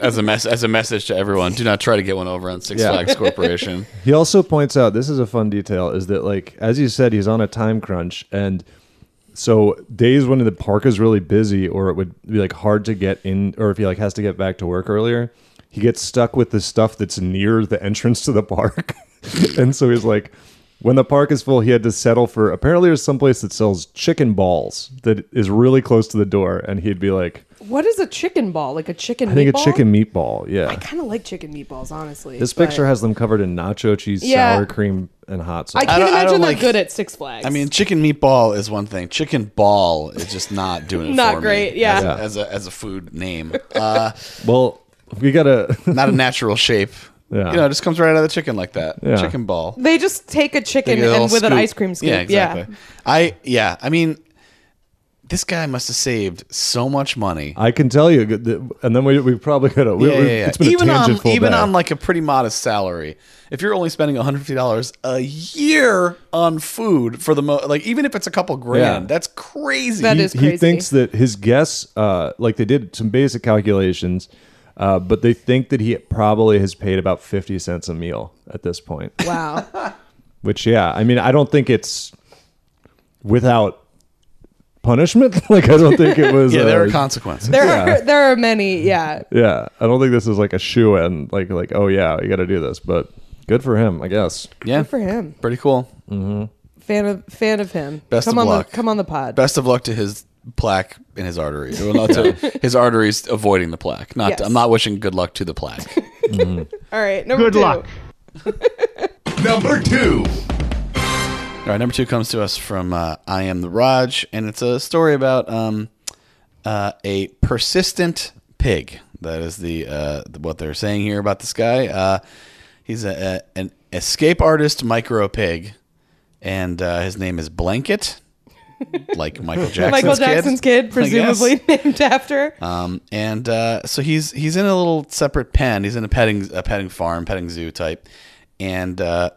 B: as a mess, as a message to everyone. Do not try to get one over on Six
D: Yeah.
B: Flags Corporation.
D: he also points out this is a fun detail is that like as you said, he's on a time crunch, and so days when the park is really busy, or it would be like hard to get in, or if he like has to get back to work earlier, he gets stuck with the stuff that's near the entrance to the park, and so he's like. When the park is full, he had to settle for apparently there's someplace that sells chicken balls that is really close to the door, and he'd be like,
C: What is a chicken ball? Like a chicken
D: I think
C: meatball?
D: a chicken meatball. Yeah.
C: I kind of like chicken meatballs, honestly.
D: this
C: but
D: picture has them covered in nacho cheese,
C: Yeah.
D: sour cream, and hot sauce.
C: I can't
B: don't- I
C: imagine
B: don't
C: they're
B: like-
C: good at Six Flags.
B: I mean, chicken meatball is one thing. Chicken ball is just not doing it.
C: Not
B: for me
C: great, yeah.
B: As,
D: Yeah.
B: as a as a food name, uh,
D: well, we gotta.
B: not a natural shape.
D: Yeah.
B: You know, it just comes right out of the chicken like that.
D: Yeah.
B: Chicken ball.
C: they just take a chicken
B: Take a
C: and
B: little
C: with an
B: scoop.
C: ice cream scoop.
B: Yeah, exactly. I yeah, I mean, this guy must have saved so much money.
D: I can tell you, that- and then we, we probably gotta. We,
B: yeah,
D: we-
B: yeah, yeah.
D: It's been
B: even
D: a
B: on
D: tangent full
B: even
D: day.
B: on like a pretty modest salary, if you're only spending 150 dollars a year on food for the mo like even if it's a couple grand,
D: Yeah.
B: that's crazy.
C: That
D: he,
C: is
D: he
C: crazy.
D: thinks that his guess, uh, like they did some basic calculations, uh, but they think that he probably has paid about fifty cents a meal at this point.
C: Wow.
D: Which, yeah, I mean, I don't think it's without punishment. like, I don't think it was.
B: yeah, there
D: uh,
B: are consequences.
C: There are there are many. Yeah.
D: Yeah, I don't think this is like a shoe in. Like, like, oh yeah, you got to do this. But good for him, I guess.
B: yeah,
C: Good for him.
B: pretty cool.
C: Fan of fan of him.
B: Best
C: come
B: of
C: on
B: luck.
C: the come on the pod.
B: Best of luck to his plaque in his arteries. Well, not to his arteries avoiding the plaque. Not
C: Yes.
B: I'm not wishing good luck to the plaque.
C: All right. Number
J: Good
C: two.
J: luck.
K: Number two.
B: All right, number two comes to us from uh, I Am the Raj, and it's a story about um, uh, a persistent pig. That is the, uh, the- what they're saying here about this guy. Uh, he's a, a, an escape artist, micro pig, and uh, his name is Blanket, like Michael Jackson's
C: Michael Jackson's kid,
B: I guess.
C: presumably named after.
B: Um, and uh, so he's he's in a little separate pen. He's in a petting a petting farm, petting zoo type, and uh,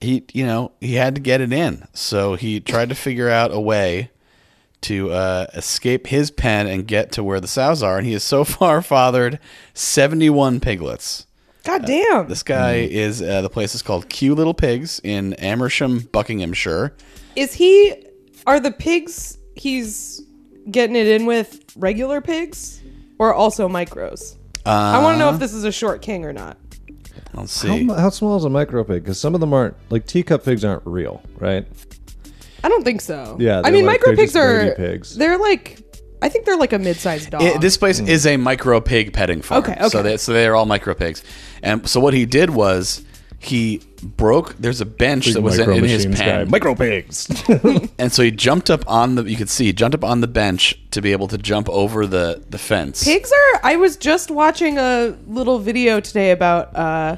B: he you know he had to get it in. So he tried to figure out a way to uh, escape his pen and get to where the sows are, and he has so far fathered 71 piglets.
C: God damn.
B: Uh, this guy is, uh, the place is called Q Little Pigs in Amersham, Buckinghamshire.
C: Is he? Are the pigs he's getting it in with regular pigs or also micros? I want to
D: Uh-huh.
C: know if this is a short king or not.
B: Let's see.
D: How, how small is a micro pig? Because some of them aren't, like teacup pigs aren't real, right?
C: I don't think so.
D: Yeah,
C: I
D: they're
C: mean,
D: like-
C: micro
D: they're
C: pigs
D: just
C: are.
D: baby pigs.
C: They're like, I think they're like a mid-sized dog.
B: It- this place is a micro pig petting farm.
C: Okay, okay.
B: So they, so they are all micro pigs. And so what he did was he broke. There's a bench that was in, in his pen.
D: Micro pigs.
B: And so he jumped up on the. You could see he jumped up on the bench to be able to jump over the the fence.
C: Pigs are. I was just watching a little video today about uh,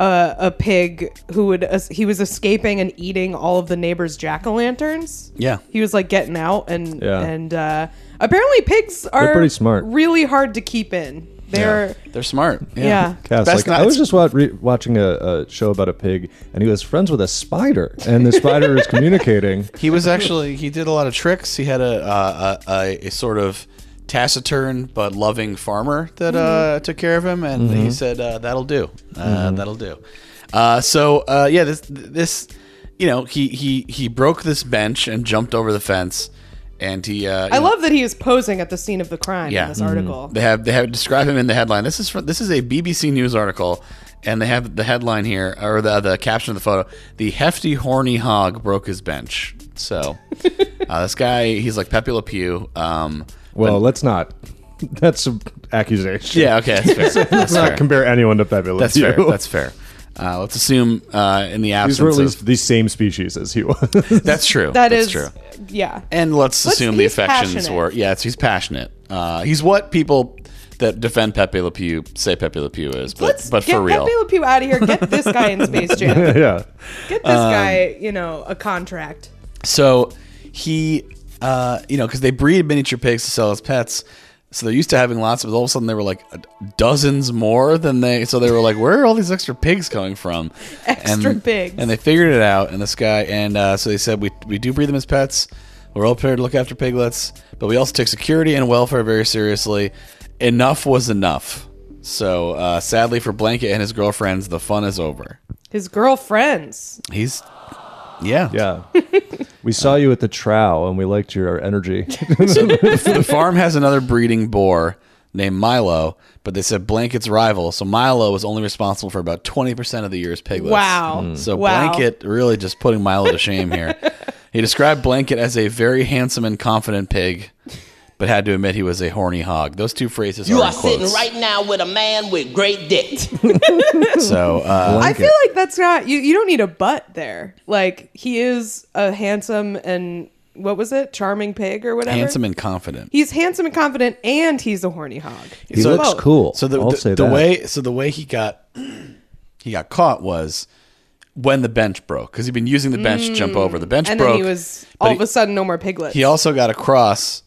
C: uh, a pig who would es- he was escaping and eating all of the neighbors' jack o' lanterns.
B: Yeah.
C: he was like getting out and
D: Yeah.
C: and uh, apparently pigs are
D: pretty smart.
C: Really hard to keep in. They're
B: They're smart. Yeah.
C: Yeah.
D: Cass,
B: Best
D: like,
B: not-
D: I was just wa- re- watching a, a show about a pig, and he was friends with a spider, and the spider is communicating.
B: He was actually he did a lot of tricks. He had a uh, a, a, a sort of taciturn but loving farmer that uh, took care of him, and he said uh, that'll do, uh, that'll do. Uh, so uh, yeah, this this you know he he he broke this bench and jumped over the fence, and he uh,
C: I
B: you know,
C: love that he is posing at the scene of the crime
B: Yeah.
C: in this
B: Mhm.
C: article.
B: They have they have describe him in the headline. This is from this is a BBC News article, and they have the headline here or the the caption of the photo. The hefty horny hog broke his bench. So uh, this guy, he's like Pepe Le Pew. Um,
D: Well, let's not. That's an accusation.
B: yeah, okay, that's fair. That's
D: Let's not
B: fair.
D: compare anyone to Pepe Le
B: That's
D: Pew.
B: fair. That's fair. Uh, let's assume uh, in the
D: These were at
B: absence
D: least
B: of
D: the same species as he was.
B: that's true.
C: That
B: that's
C: is
B: true.
C: Yeah.
B: And let's
C: Let's-
B: assume the
C: he's
B: affections
C: passionate.
B: were. Yeah, it's, he's passionate. Uh, he's what people that defend Pepe Le Pew say Pepe Le Pew is, but
C: Let's
B: but
C: get
B: for real.
C: Pepe Le Pew out of here. Get this guy in Space Jam.
D: yeah.
C: Get
B: Um,
C: this guy, you know, a contract.
B: So he, uh, you know, because they breed miniature pigs to sell as pets. So they're used to having lots, but all of a sudden they were like dozens more than they. So they were like, "Where are all these extra pigs coming from?"
C: Extra
B: and,
C: pigs.
B: And they figured it out. And this guy, and uh, so they said, "We we do breed them as pets. We're all prepared to look after piglets, but we also take security and welfare very seriously. Enough was enough." So uh, sadly for Blanket and his girlfriends, the fun is over.
C: His girlfriends.
B: He's, yeah,
D: Yeah. we saw you at the trow, and we liked your energy.
B: the farm has another breeding boar named Milo, but they said Blanket's rival. So Milo was only responsible for about 20% of the year's piglets.
C: Wow.
D: Hmm.
C: Mm.
B: So
C: Wow.
B: Blanket really just putting Milo to shame here. he described Blanket as a very handsome and confident pig, but had to admit he was a horny hog. Those two phrases
L: You
B: are,
L: are
B: in quotes.
L: sitting right now with a man with great dick.
B: So uh,
C: I feel like that's not you. You don't need a butt there. Like he is a handsome and what was it, charming pig or whatever.
B: handsome and confident.
C: He's handsome and confident, and he's a horny hog.
D: He
B: So-
D: looks
B: Both.
D: cool.
B: So the,
D: I'll
B: the,
D: say
B: the
D: that.
B: way so the way he got he got caught was when the bench broke because he'd been using the bench to jump over. The bench
C: Mm. and
B: broke.
C: then he was
B: but
C: all
B: he-
C: of a sudden no more piglets.
B: He also got across.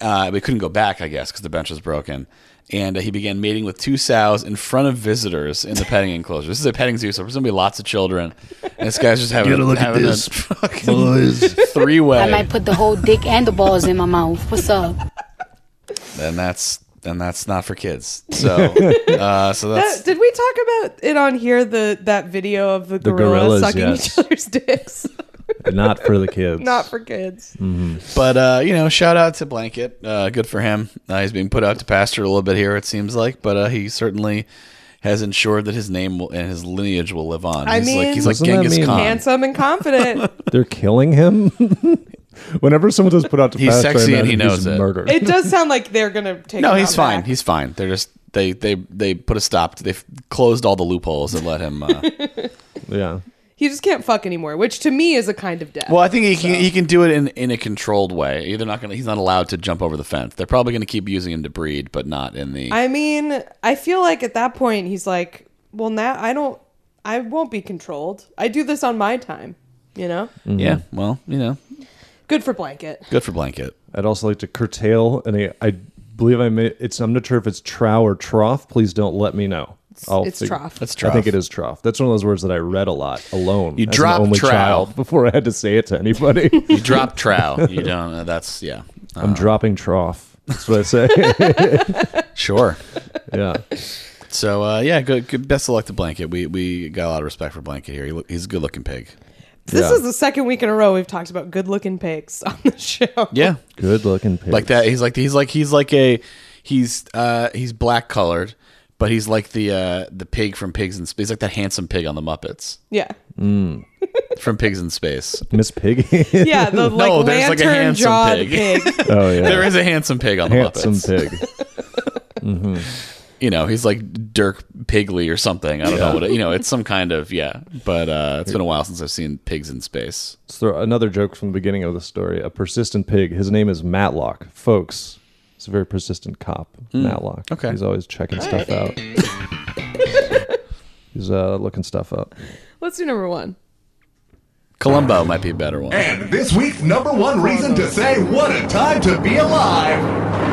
B: Uh, we couldn't go back, I guess, because the bench was broken. And uh, he began mating with two sows in front of visitors in the petting enclosure. This is a petting zoo, so there's gonna be lots of children. And this guy's just having, a, having a three
M: I
B: way,
M: might put the whole dick and the balls in my mouth. What's up?
B: and that's and that's not for kids. So, uh, so
C: That-
B: that's
C: did we talk about it on here? The that video of the,
D: The
C: gorilla
D: gorillas,
C: sucking
D: yes.
C: each other's dicks,
D: Not for the kids.
C: not for kids.
B: But uh, you know, shout out to Blanket. Uh, good for him. Uh, he's being put out to pasture a little bit here, it seems like. But uh, he certainly has ensured that his name will, and his lineage will live on.
C: I
B: he's like
C: mean-
B: he's like
D: Doesn't that
B: Genghis
D: mean-
B: Khan.
C: Handsome and confident.
D: They're killing him. Whenever someone does put out to
B: He's
D: pasture, I
B: sexy and
D: imagine
B: he knows
D: he's
B: it.
D: Murdered.
C: it does sound like they're gonna take.
B: No,
C: him
B: he's
C: out
B: fine.
C: back.
B: He's fine. They're just they they they put a stop. to- They have closed all the loopholes and let him. Uh,
D: yeah.
C: He just can't fuck anymore, which to me is a kind of death.
B: well, I think he can he can do it in in a controlled way. They're not gonna. He's not allowed to jump over the fence. They're probably gonna keep using him to breed, but not in the.
C: I mean, I feel like at that point he's like, well, now I don't, I won't be controlled. I do this on my time, you know.
B: Yeah. Well, you know,
C: Good for blanket.
B: good for Blanket.
D: I'd also like to curtail, and I, I believe I may, it's. I'm not sure if it's trow or trough. Please don't let me know.
C: It's, it's trough.
D: That's trough. I think it is trough. That's one of those words that I read a lot alone.
B: You
D: as an
B: drop Uh.
D: only
B: trowel.
D: child before I had to say it to anybody.
B: You drop trowel. You don't. Uh, that's yeah. Uh,
D: I'm dropping trough. That's what I say.
B: sure.
D: yeah.
B: So uh, yeah, good, good. Best of luck to Blanket. We we got a lot of respect for Blanket here. He, look- he's a good looking pig.
C: This
B: Yeah.
C: is the second week in a row we've talked about good looking pigs on the show.
B: Yeah.
D: Good looking pig.
B: Like that. He's like he's like he's like a he's uh he's black colored, but he's like the uh the pig from Pigs in Space. He's like that handsome pig on the Muppets
C: Yeah.
D: Mm.
B: from Pigs in Space.
D: Miss Piggy.
C: Yeah, the like
B: no, there's like a
C: lantern
B: handsome
C: jawed
B: pig.
C: pig.
D: Oh, yeah.
B: There is a handsome pig on the
D: Handsome
B: Muppets.
D: pig. hmm
B: you know, he's like Dirk Pigley or something. I don't know what it, you know. It's some kind of yeah. But uh, it's been a while since I've seen pigs in space.
D: Let's throw another joke from the beginning of the story. A persistent pig. His name is Matlock. Folks, he's a very persistent cop.
B: Hmm.
D: Matlock.
B: Okay.
D: He's always checking stuff out. he's uh, looking stuff up.
C: Let's do number one.
B: Columbo might be a better one.
A: And this week's number one reason to say what a time to be alive.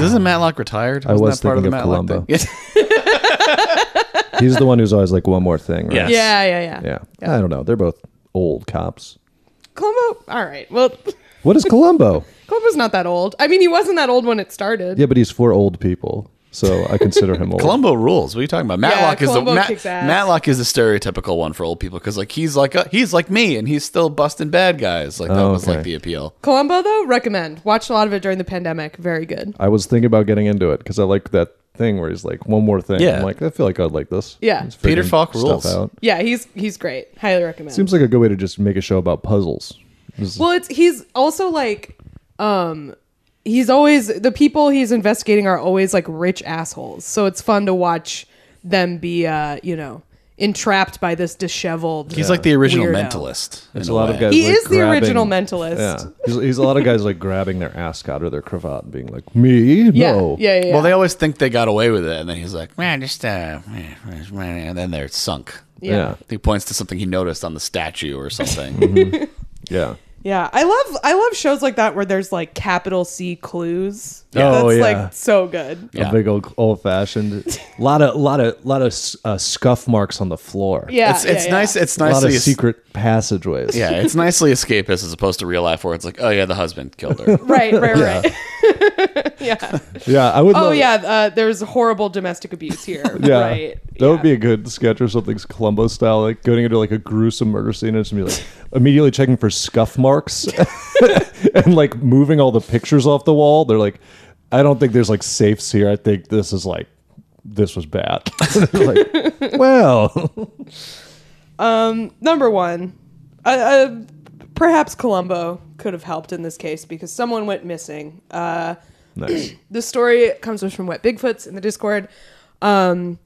B: Isn't Matlock retired?
D: I
B: Wasn't
D: was
B: that part of the
D: thinking of
B: Matlock
D: Columbo.
B: thing?
D: He's the one who's always like one more thing, right?
B: Yes.
C: Yeah, yeah, yeah.
D: Yeah.
C: Yeah.
D: I don't know. They're both old cops.
C: Columbo. All right. Well,
D: What is Columbo?
C: Columbo's not that old. I mean, he wasn't that old when it started.
D: yeah, but he's for old people, so I consider him old.
B: Columbo rules. What are you talking about? Matlock is the
C: Columbo
B: Mat-
C: kicks ass.
B: Matlock is the stereotypical one for old people because like he's like uh he's like me and he's still busting bad guys. Like that
D: Oh,
B: was like
D: okay.
B: the appeal.
C: Columbo, though, recommend. Watched a lot of it during the pandemic. Very good.
D: I was thinking about getting into it because I like that thing where he's like one more thing.
B: Yeah.
D: I'm like I feel like I'd like this.
C: Yeah.
D: He's
B: Peter
D: figuring
B: Falk
D: stuff
B: rules.
D: out.
C: Yeah, he's he's great. Highly recommend.
D: Seems like a good way to just make a show about puzzles. This is-
C: well, it's he's also like, um, he's always the people he's investigating are always like rich assholes. So it's fun to watch them be, uh, you know, entrapped by this disheveled.
B: He's like the original
C: weirdo.
B: mentalist.
D: It's
B: in
D: a lot of
B: way.
D: guys.
C: He
D: like,
C: is the
D: grabbing-
C: original mentalist.
D: Yeah, he's, he's a lot of guys like grabbing their ascot or their cravat and being like, "Me? No."
C: Yeah, yeah, yeah.
B: Well, they always think they got away with it, and then he's like, "Man, just uh," meh, meh, meh," and then they're sunk.
C: Yeah. Yeah.
B: he points to something he noticed on the statue or something.
D: Mhm. Yeah.
C: Yeah, I love I love shows like that where there's like capital C clues.
D: Yeah. Oh,
C: That's
D: yeah.
C: like so good.
B: Yeah.
D: A big old old fashioned, lot of lot of lot of uh, scuff marks on the floor.
C: Yeah,
B: it's it's
C: yeah,
B: nice.
C: yeah.
B: It's
D: a lot of
B: nicely
D: secret passageways.
B: yeah, it's nicely escapist as opposed to real life where it's like, oh yeah, the husband killed her.
C: Right, right, right. yeah.
D: yeah. I would.
C: Oh
D: love-
C: yeah, uh, there's horrible domestic abuse here.
D: Yeah.
C: Right.
D: That would be a good sketch or something's Columbo style, like going into like a gruesome murder scene and just be like immediately checking for scuff marks and like moving all the pictures off the wall. They're like, I don't think there's like safes here. I think this is like this was bad. like, well,
C: Um, number one, uh, uh, perhaps Columbo could have helped in this case because someone went missing. Uh,
D: nice.
C: This story comes from Wet Bigfoots in the Discord. Um,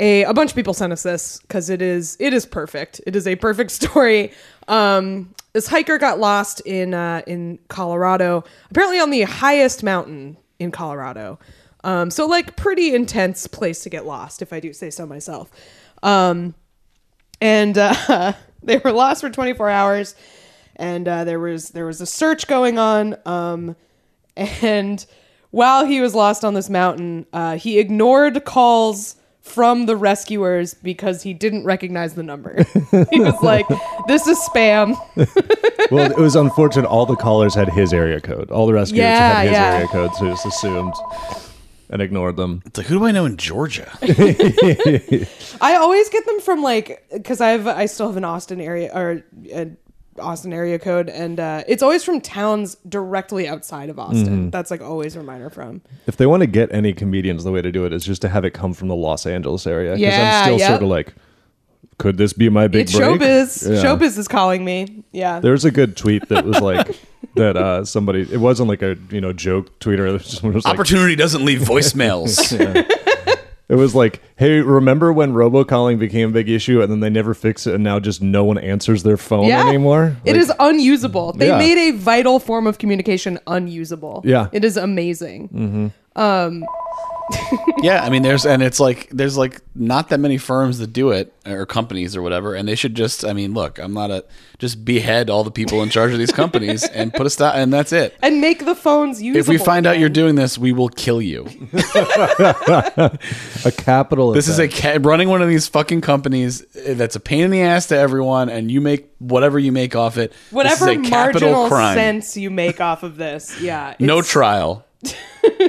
C: a a bunch of people sent us this because it is it is perfect. It is a perfect story. Um, this hiker got lost in uh, in Colorado, apparently on the highest mountain in Colorado. Um, so like pretty intense place to get lost, if I do say so myself. Um, and uh, they were lost for 24 hours and uh, there was there was a search going on um, and while he was lost on this mountain uh, he ignored calls from the rescuers because he didn't recognize the number he was like this is spam
D: Well, it was unfortunate. All the callers had his area code. All the rescuers
C: Yeah,
D: had his
C: yeah.
D: area code, so he just assumed and ignored them.
B: It's like, who do I know in Georgia?
C: I always get them from like because I've I still have an Austin area or an Austin area code, and uh, it's always from towns directly outside of Austin.
D: Mhm.
C: That's like always where mine are from.
D: If they want to get any comedians, the way to do it is just to have it come from the Los Angeles area. Because
C: Yeah,
D: I'm still
C: yep.
D: sort of like, could this be my big
C: it's
D: break?
C: showbiz.
D: Yeah.
C: Showbiz is calling me. Yeah,
D: There's a good tweet that was like that uh, somebody. It wasn't like a you know joke tweeter. It was just, it was like,
B: Opportunity doesn't leave voicemails.
D: it was like, hey, remember when robocalling became a big issue, and then they never fix it, and now just no one answers their phone
C: yeah.
D: anymore.
C: It
D: Like,
C: is unusable. They
D: Yeah.
C: made a vital form of communication unusable.
D: Yeah. Mm.
C: it is amazing.
D: mhm.
C: Um,
B: yeah, I mean, there's and it's like there's like not that many firms that do it or companies or whatever, and they should just. I mean, look, I'm not a just behead all the people in charge of these companies and put a stop, and that's it.
C: and make the phones usable.
B: If we find out you're doing this, we will kill you.
D: a capital.
B: This is a ca- running one of these fucking companies eh, that's a pain in the ass to everyone, and you make whatever you make off it. This
C: whatever
B: is a
C: marginal sense you make off of this. Yeah,
B: no
C: it's-
B: trial.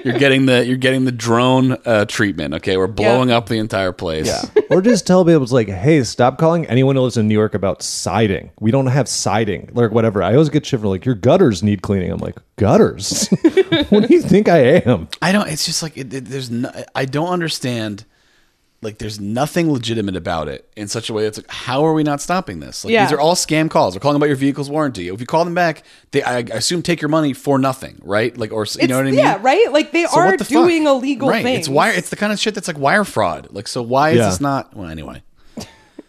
B: you're getting the you're getting the drone uh, treatment. Okay, we're blowing up the entire place.
D: Yeah. or just tell people it's like, hey, stop calling anyone who lives in New York about siding. We don't have siding, like whatever. I always get shit from like your gutters need cleaning. I'm like gutters. what do you think I am?
B: I don't. It's just like it, it- there's. No, I don't understand. Like there's nothing legitimate about it in such a way that's like, how are we not stopping this? Like
N: Yeah.
B: these are all scam calls. They're calling about your vehicle's warranty. If you call them back, they I assume take your money for nothing, right? Like or s- you
C: It's,
B: know what I mean?
C: Yeah, right. Like they
B: So
C: are
B: what the fuck?
C: doing illegal
B: right.
C: things.
B: It's wire. It's the kind of shit that's like wire fraud. Like so, why
D: Yeah.
B: is this not? Well, anyway.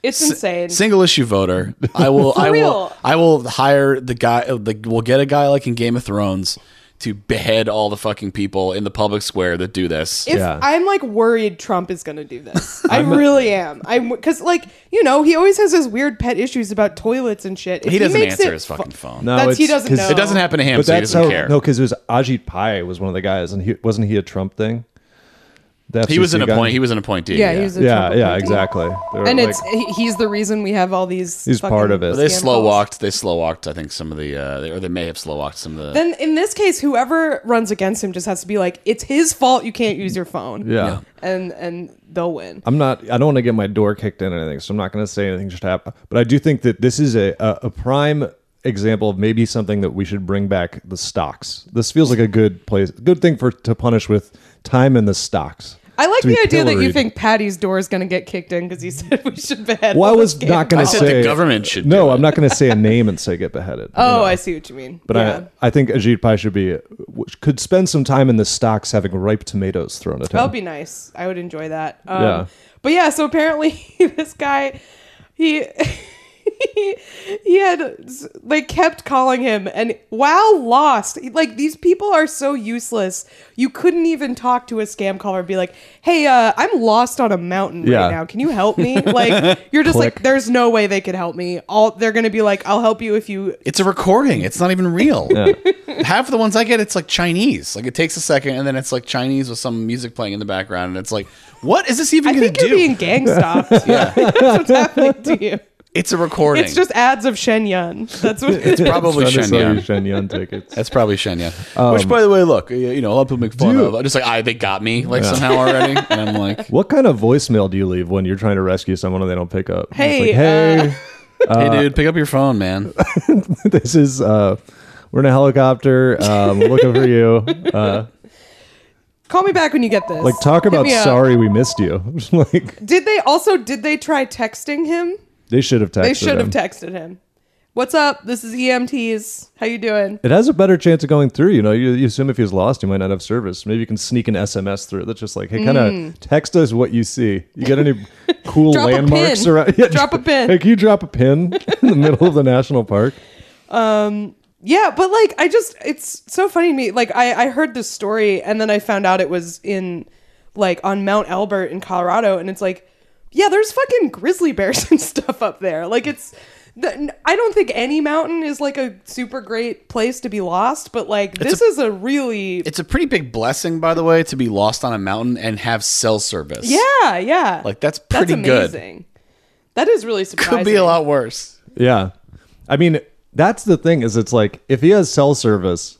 C: It's insane.
B: Single issue voter. I will.
C: For
B: I will.
C: real.
B: I will hire the guy. uh, The, we'll get a guy like in Game of Thrones to behead all the fucking people in the public square that do this.
C: If I'm like worried Trump is going to do this. I really am. I'm because like you know he always has his weird pet issues about toilets and shit. If
B: he doesn't
C: makes
B: answer
C: it
B: his fucking phone.
D: No,
C: That's-
D: it's,
C: he doesn't
D: 'cause-
C: know. It doesn't happen to him,
D: But
B: so he
D: that's
B: doesn't
D: how-
B: care.
D: No, because it was Ajit Pai was one of the guys, and he wasn't he a Trump thing? The
B: He was
D: FCC
B: an
D: guy?
B: appoint. He was an appointee.
C: Yeah, he was a
D: yeah,
C: Trump
D: yeah,
C: appointee.
D: exactly. They were
C: and
D: like-
C: it's he- he's the reason we have all these.
D: He's
C: fucking
D: part of it.
B: But they
C: scam
B: slow
C: calls.
B: walked. They slow walked. I think some of the, uh, they, or they may have slow walked some of the.
C: Then in this case, whoever runs against him just has to be like, it's his fault. You can't use your phone.
D: Yeah. Uh, Yeah.
C: and and they'll win.
D: I'm not. I don't want to get my door kicked in or anything, so I'm not going to say anything just happened. But I do think that this is a, a a prime example of maybe something that we should bring back the stocks. This feels like a good place, good thing for to punish with time in the stocks.
C: I like
D: To be
C: the idea that you
D: pilloried.
C: think Patty's door is going to get kicked in because he said we should behead.
D: Well, I
C: all
D: was
C: the
D: not
C: scam
D: going to
C: calls.
D: say
B: government should
D: No, I'm not going to say a name and say get beheaded.
C: Oh, I see what you mean.
D: But
C: yeah.
D: I, I think Ajit Pai should be could spend some time in the stocks having ripe tomatoes thrown at him.
C: that would be nice. I would enjoy that. Um,
D: Yeah.
C: But yeah, so apparently this guy, he. he- He had like kept calling him, and while lost, like these people are so useless. You couldn't even talk to a scam caller and be like, "Hey, uh, I'm lost on a mountain
O: Yeah.
C: right now. Can you help me?" Like you're just like,
B: Click.
C: "There's no way they could help me." All they're gonna be like, "I'll help you if you."
B: It's a recording. It's not even real. Half of the ones I get, it's like Chinese. Like it takes a second, and then it's like Chinese with some music playing in the background, and it's like, what is this even going to do?
C: You're being gang stopped.
B: yeah,
C: That's what's happening to you.
B: it's a recording.
C: It's just ads of Shen Yun. That's what
B: It's probably
D: Trying to sell you
B: Shenyang.
D: Shenyang tickets.
B: That's probably Shenyang.
D: Um,
B: Which, by the way, look, you you know, a lot of people make fun
D: Dude.
B: of. Just like I, they got me like
D: Yeah.
B: somehow already, and I'm like,
D: What kind of voicemail do you leave when you're trying to rescue someone and they don't pick up? It's
B: Hey,
D: like, hey, uh,
B: hey, dude, pick up your phone, man.
D: this is uh, we're in a helicopter. Um, we're looking for you. Uh,
C: Call me back when you get this.
D: like talk
C: Hit
D: about
C: me up.
D: sorry we missed you. like
C: Did they also did they try texting him?
D: they should have texted.
C: they should have
D: him.
C: texted him. What's up? This is EMTs. How you doing?
D: It has a better chance of going through. You know, you, you assume if he's lost, he might not have service. Maybe you can sneak an SMS through. That's just like, hey, kind of
C: Mm.
D: text us what you see. You got any cool
C: Drop a
D: landmarks
C: pin.
D: around?
C: Drop a pin.
D: Hey, can you drop a pin in the middle of the national park?
C: Um yeah, but like I just it's so funny to me. Like I I heard this story and then I found out it was in like on Mount Albert in Colorado and it's like yeah, there's fucking grizzly bears and stuff up there. Like it's the, n- I don't think any mountain is like a super great place to be lost, but like this is a really
B: It's a pretty big blessing, by the way, to be lost on a mountain and have cell service.
C: Yeah, yeah.
B: like that's pretty
C: That's
B: good.
C: amazing. That is really surprising.
B: Could be a lot worse.
D: Yeah, I mean, that's the thing is, it's like if he has cell service,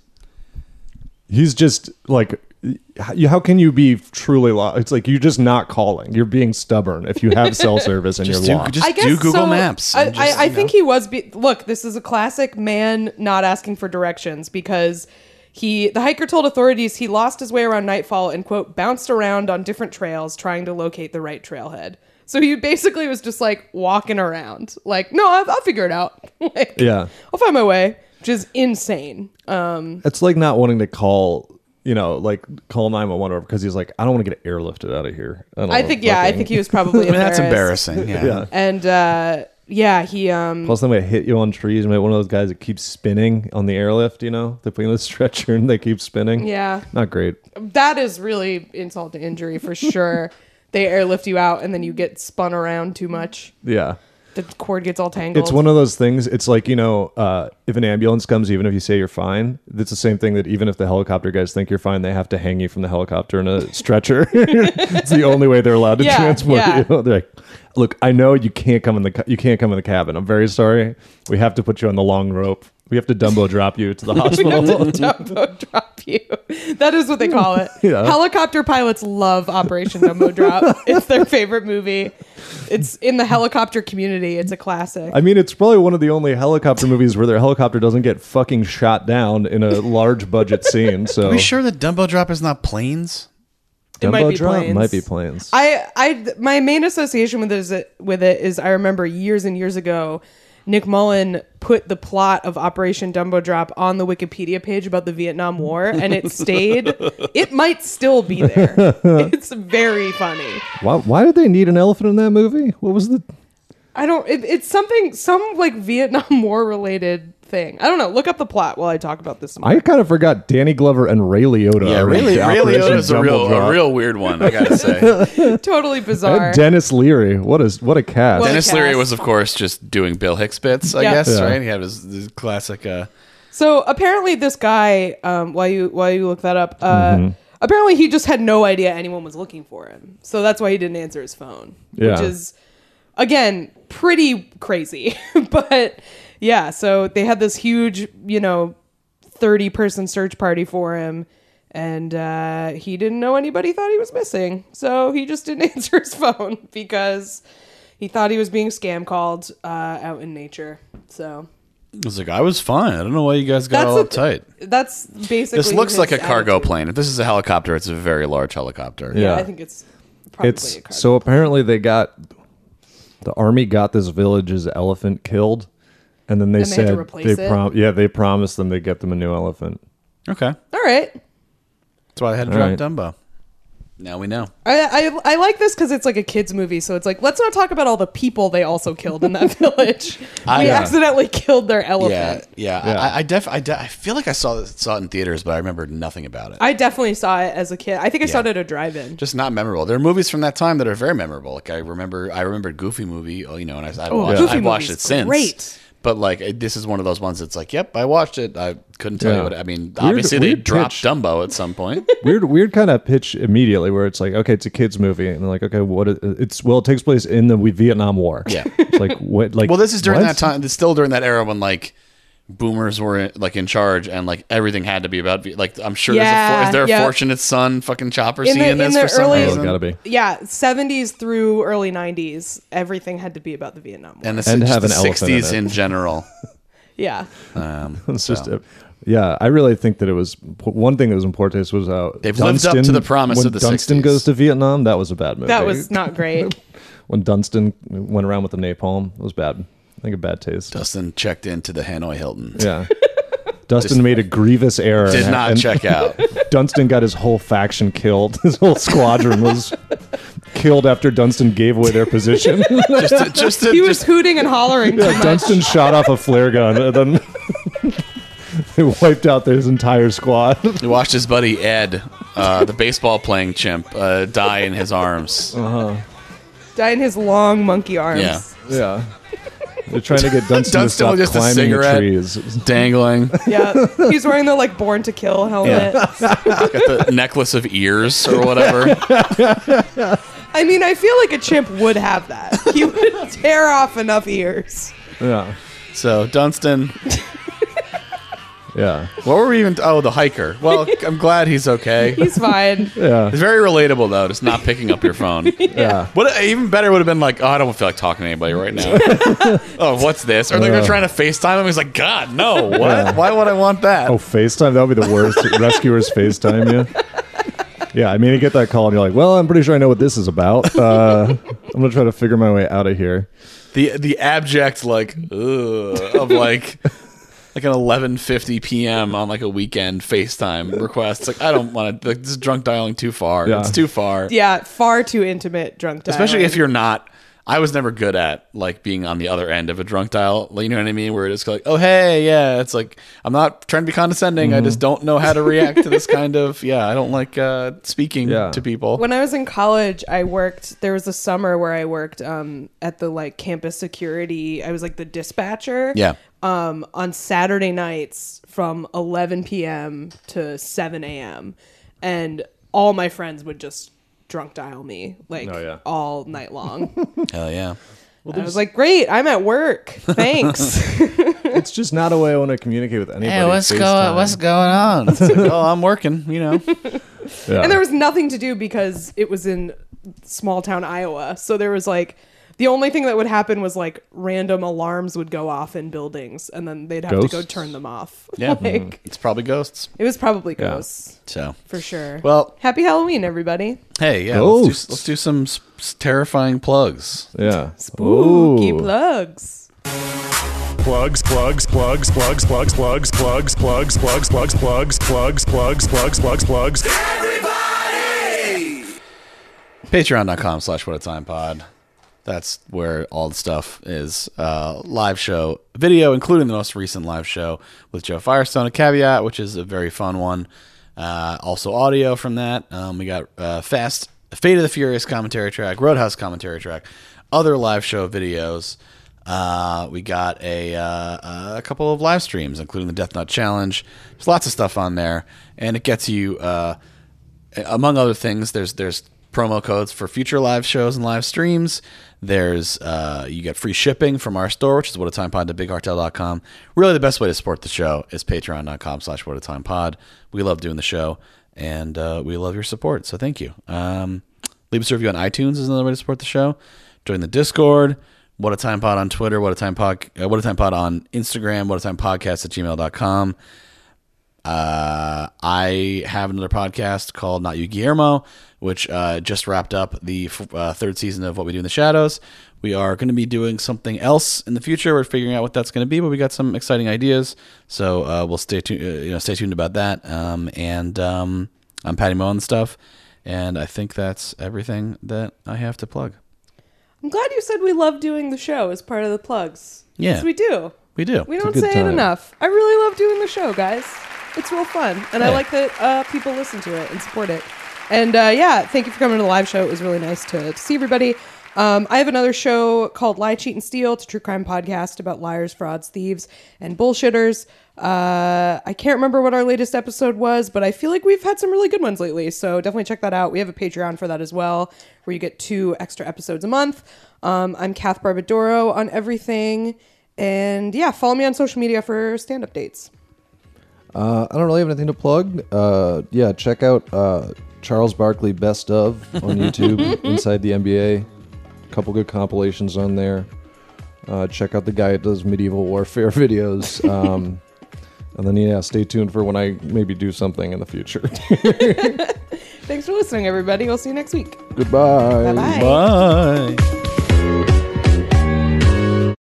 D: he's just like. You, how can you be truly lost? It's like you're just not calling. You're being stubborn if you have cell service and
B: Just
D: you're
B: do-
D: lost.
B: just I guess do Google so. Maps
C: I,
B: and just,
C: I, I
B: you
C: think he was. Be- Look, this is a classic man not asking for directions because he, the hiker told authorities he lost his way around nightfall and, quote, bounced around on different trails trying to locate the right trailhead. So he basically was just like walking around, like, no, I'll, I'll figure it out. like,
D: Yeah.
C: I'll find my way, which is insane. Um,
D: It's like not wanting to call, you know, like call 911 because he's like, I don't want to get airlifted out of here. don't
C: I
D: wanna
B: Oh,
C: think, yeah, I
D: fucking-
C: think he was probably
D: I mean, that's
C: embarrassed.
D: embarrassing, yeah. Yeah.
C: And uh, yeah, he um
D: Plus, they might hit you on trees. You might be one of those guys that keeps spinning on the airlift. You know, they put you in the stretcher and they keep spinning.
C: Yeah.
D: not great.
C: that is really insult to injury for sure. they airlift you out and then you get spun around too much.
D: Yeah,
C: The cord gets all tangled.
D: It's one of those things. It's like you know, uh, if an ambulance comes, even if you say you're fine, it's the same thing that even if the helicopter guys think you're fine, they have to hang you from the helicopter in a stretcher. it's the only way they're allowed to
C: Yeah,
D: transport
C: yeah.
D: you. They're like, look, I know you can't come in the ca- you can't come in the cabin. I'm very sorry. We have to put you on the long rope. We have to Dumbo drop you to the
C: We
D: hospital.
C: have to Dumbo drop you. That is what they call it.
D: Yeah.
C: Helicopter pilots love Operation Dumbo Drop. it's their favorite movie. It's in the helicopter community. It's a classic.
D: I mean, it's probably one of the only helicopter movies where their helicopter doesn't get fucking shot down in a large budget scene. So
A: Are we sure that Dumbo Drop is not planes?
C: It might
D: Dumbo
C: be
D: drop
C: planes.
D: might be planes.
C: I, I, my main association with it, is, with it is I remember years and years ago, Nick Mullen put the plot of Operation Dumbo Drop on the Wikipedia page about the Vietnam War, and it stayed. it might still be there. It's very funny.
D: why, why did they need an elephant in that movie? What was the?
C: I don't. It, it's something, some like Vietnam War related thing. I don't know. Look up the plot while I talk about this.
D: I kind of forgot Danny Glover and Ray Liotta.
A: Yeah,
D: are
A: Ray,
D: in
A: Ray
D: the Operation
A: Liotta is a
D: Dumbo
A: real, a
D: Drop.
A: real weird one. I gotta say,
C: totally bizarre.
D: And Dennis Leary. What is what a cast.
A: Dennis Leary was, of course, just doing Bill Hicks bits. I
C: Yeah.
A: guess
D: Yeah.
A: right. He had his, his classic. Uh,
C: So apparently, this guy, um, while you while you look that up, uh, apparently he just had no idea anyone was looking for him. So that's why he didn't answer his phone, which
D: Yeah.
C: is again pretty crazy. but yeah, so they had this huge, you know, thirty person search party for him. And uh, he didn't know anybody thought he was missing, so he just didn't answer his phone because he thought he was being scam called uh, out in nature. So
A: I was like, I was fine. I don't know why you guys got all
C: the-
A: uptight.
C: That's basically.
A: This looks
C: his
A: like a cargo
C: attitude.
A: plane. If this is a helicopter, it's a very large helicopter.
D: Yeah.
C: I think it's probably
D: it's so apparently they got the army got this village's elephant killed, and then they
C: And they had to
D: said
C: replace it?
D: prom- yeah they promised them they get them a new elephant.
A: Okay.
C: all right.
A: That's why they had to
D: All
A: drop
D: right.
A: Dumbo. Now we know.
C: I, I I like this because it's like a kids movie, so it's like let's not talk about all the people they also killed in that village.
A: I-
C: we
A: Yeah.
C: accidentally killed their elephant.
A: Yeah, yeah. I, I def, I, de- I feel like I saw it- saw it in theaters, but I remember nothing about it.
C: I definitely saw it as a kid. I think I saw it
A: Yeah.
C: at a drive-in.
A: Just not memorable. There are movies from that time that are very memorable. Like I remember, I remember Goofy movie. oh, You know, and I, I
C: Oh,
A: watched,
C: Goofy
A: I've watched
C: movie's
A: it since.
C: great.
A: But like it- this is one of those ones that's like, yep, I watched it. I couldn't tell
D: Yeah.
A: you what. I mean,
D: Weird-
A: obviously they
D: weird
A: dropped
D: pitch.
A: Dumbo at some point.
D: weird weird kind of pitch immediately where it's like okay it's a kids movie and they're like okay what it- it's well it takes place in the Vietnam War
A: Yeah.
D: it's like what like
A: well, this is during
D: what?
A: that time. It's still during that era when like boomers were like in charge and like everything had to be about V- like I'm sure there's a
C: Yeah,
A: for, is there a
C: yep.
A: fortunate son fucking chopper
C: In
A: scene
C: the-
A: in this
C: in
A: for
C: the
A: some
C: early- Oh,
A: reason.
D: gotta be.
C: Yeah, seventies through early nineties, everything had to be about the Vietnam War.
A: And, the,
D: And
A: just
D: have
A: the
D: an elephant in
A: 60s
D: it.
A: in, general.
C: yeah,
A: Um,
D: it's just
A: so.
D: a- yeah I really think that it was one thing that was important is was uh,
A: They've lived up to the promise
D: when
A: of the
D: Dunstan
A: 60s.
D: goes to Vietnam that was a bad movie
C: that was not great.
D: when Dunstan went around with the napalm it was bad I think a bad taste
A: Dustin checked into the Hanoi Hilton.
D: yeah Dustin made a grievous error
A: Did
D: and-
A: not
D: and-
A: check out.
D: Dunstan got his whole faction killed. His whole squadron was killed after Dunstan gave away their position.
A: just to, just to,
C: He was
A: just,
C: hooting and hollering. too
D: yeah,
C: much.
D: Dunstan shot off a flare gun and then they wiped out his entire squad.
A: he watched his buddy Ed, uh, the baseball playing chimp, uh, die in his arms.
C: Died in his long monkey arms.
A: Yeah.
D: Yeah. They're trying to get Dunstan, to
A: Dunstan
D: stop
A: with just a
D: climbing
A: cigarette
D: trees.
A: dangling,
C: Yeah, he's wearing the like Born to Kill helmet.
A: got the necklace of ears or whatever.
C: I mean, I feel like a chimp would have that. He would tear off enough ears.
D: Yeah.
A: So Dunstan,
D: Yeah.
A: what were we even? Oh, the hiker. Well, I'm glad he's okay.
C: He's fine.
D: Yeah.
A: It's very relatable though, just not picking up your phone.
D: Yeah.
A: What even better would have been like, oh, I don't feel like talking to anybody right now. oh, what's this? Or like they're
D: Yeah.
A: trying to FaceTime him. He's like, God, no. What?
D: Yeah.
A: Why would I want that?
D: Oh, FaceTime? That would be the worst. Rescuers FaceTime you. Yeah, I mean, you get that call and you're like, well, I'm pretty sure I know what this is about. Uh, I'm going to try to figure my way out of here.
A: the the abject like ugh, of like like an 11:50 p.m. on like a weekend FaceTime request. Like I don't want to. Like, this is drunk dialing too far.
D: Yeah.
A: It's too far.
C: Yeah, far too intimate drunk dialing.
A: Especially if you're not.
B: I was never good at like being on the other end of a drunk dial. You know what I mean? Where it is like, oh hey, yeah. It's like I'm not trying to be condescending. I just don't know how to react to this kind of. Yeah, I don't like uh, speaking
P: Yeah.
B: to people.
C: When I was in college, I worked. There was a summer where I worked um, at the like campus security. I was like the dispatcher.
B: Yeah.
C: Um, on Saturday nights from 11 p.m. to 7 a.m. and all my friends would just drunk dial me like
B: Oh, yeah.
C: all night long.
B: Hell yeah.
C: And I was like, "Great, I'm at work. Thanks."
P: it's just not a way I want to communicate with anybody. FaceTime.
B: going on? It's like, oh, I'm working. You know.
P: Yeah.
C: And there was nothing to do because it was in small town Iowa. So there was like the only thing that would happen was like random alarms would go off in buildings and then they'd have to go
B: Ghosts?
C: turn them off.
B: Yeah,
C: Like
B: it's probably ghosts.
C: it was probably
B: Yeah.
C: ghosts
B: So
C: for sure.
B: Well-
C: happy Halloween everybody.
B: Hey, yeah, let's do, let's do some s- s- terrifying plugs.
P: Yeah,
C: Spooky plugs.
N: Plugs, plugs, plugs, plugs, plugs, plugs, plugs, plugs, plugs, plugs, plugs, plugs, plugs, plugs, plugs, plugs.
B: Patreon.com slash what a time pod. That's where all the stuff is. Uh, live show video, including the most recent live show with Joe Firestone, a caveat, which is a very fun one. Uh, also audio from that. Um, we got uh, Fast Fate of the Furious commentary track, Roadhouse commentary track, other live show videos. Uh, we got a, uh, a couple of live streams, including the Death Nut Challenge. There's lots of stuff on there, and it gets you. Uh, among other things, there's there's promo codes for future live shows and live streams. There's uh, you get free shipping from our store, which is what a time pod to bigcartel.com. Really, the best way to support the show is patreon.com slash what a time pod. We love doing the show and uh, we love your support. So thank you. Um, leave us a review on iTunes is another way to support the show. Join the Discord. What a time pod on Twitter. What a time pod. Uh, what a time pod on Instagram. What a time podcast at gmail.com. Uh, I have another podcast called Not You Guillermo, which uh, just wrapped up the f- uh, third season of What We Do in the Shadows. We are going to be doing something else in the future. We're figuring out what that's going to be, but we got some exciting ideas. So uh, we'll stay tuned. Uh, you know, stay tuned about that. Um, and um, I'm Patty Moe and stuff. And I think that's everything that I have to plug.
C: I'm glad you said we love doing the show as part of the plugs.
B: Yeah.
C: 'Cause we do.
B: We do.
C: We
B: It's a
C: don't
B: good
C: say
B: time.
C: it enough. I really love doing the show, guys. It's real fun, and I
B: Yeah.
C: like that uh, people listen to it and support it. And uh, yeah, thank you for coming to the live show. It was really nice to, to see everybody. Um, I have another show called Lie, Cheat, and Steal. It's a true crime podcast about liars, frauds, thieves, and bullshitters. Uh, I can't remember what our latest episode was, but I feel like we've had some really good ones lately. So definitely check that out. We have a Patreon for that as well, where you get two extra episodes a month. Um, I'm Kath Barbadoro on everything. And yeah, follow me on social media for stand up dates.
D: Uh, I don't really have anything to plug. Uh, yeah, check out uh, Charles Barkley Best of on YouTube, Inside the NBA. A couple good compilations on there. Uh, check out the guy that does medieval warfare videos. Um, and then, yeah, stay tuned for when I maybe do something in the future.
C: Thanks for listening, everybody. We'll see you next week.
D: Goodbye.
C: Bye-bye.
B: Bye.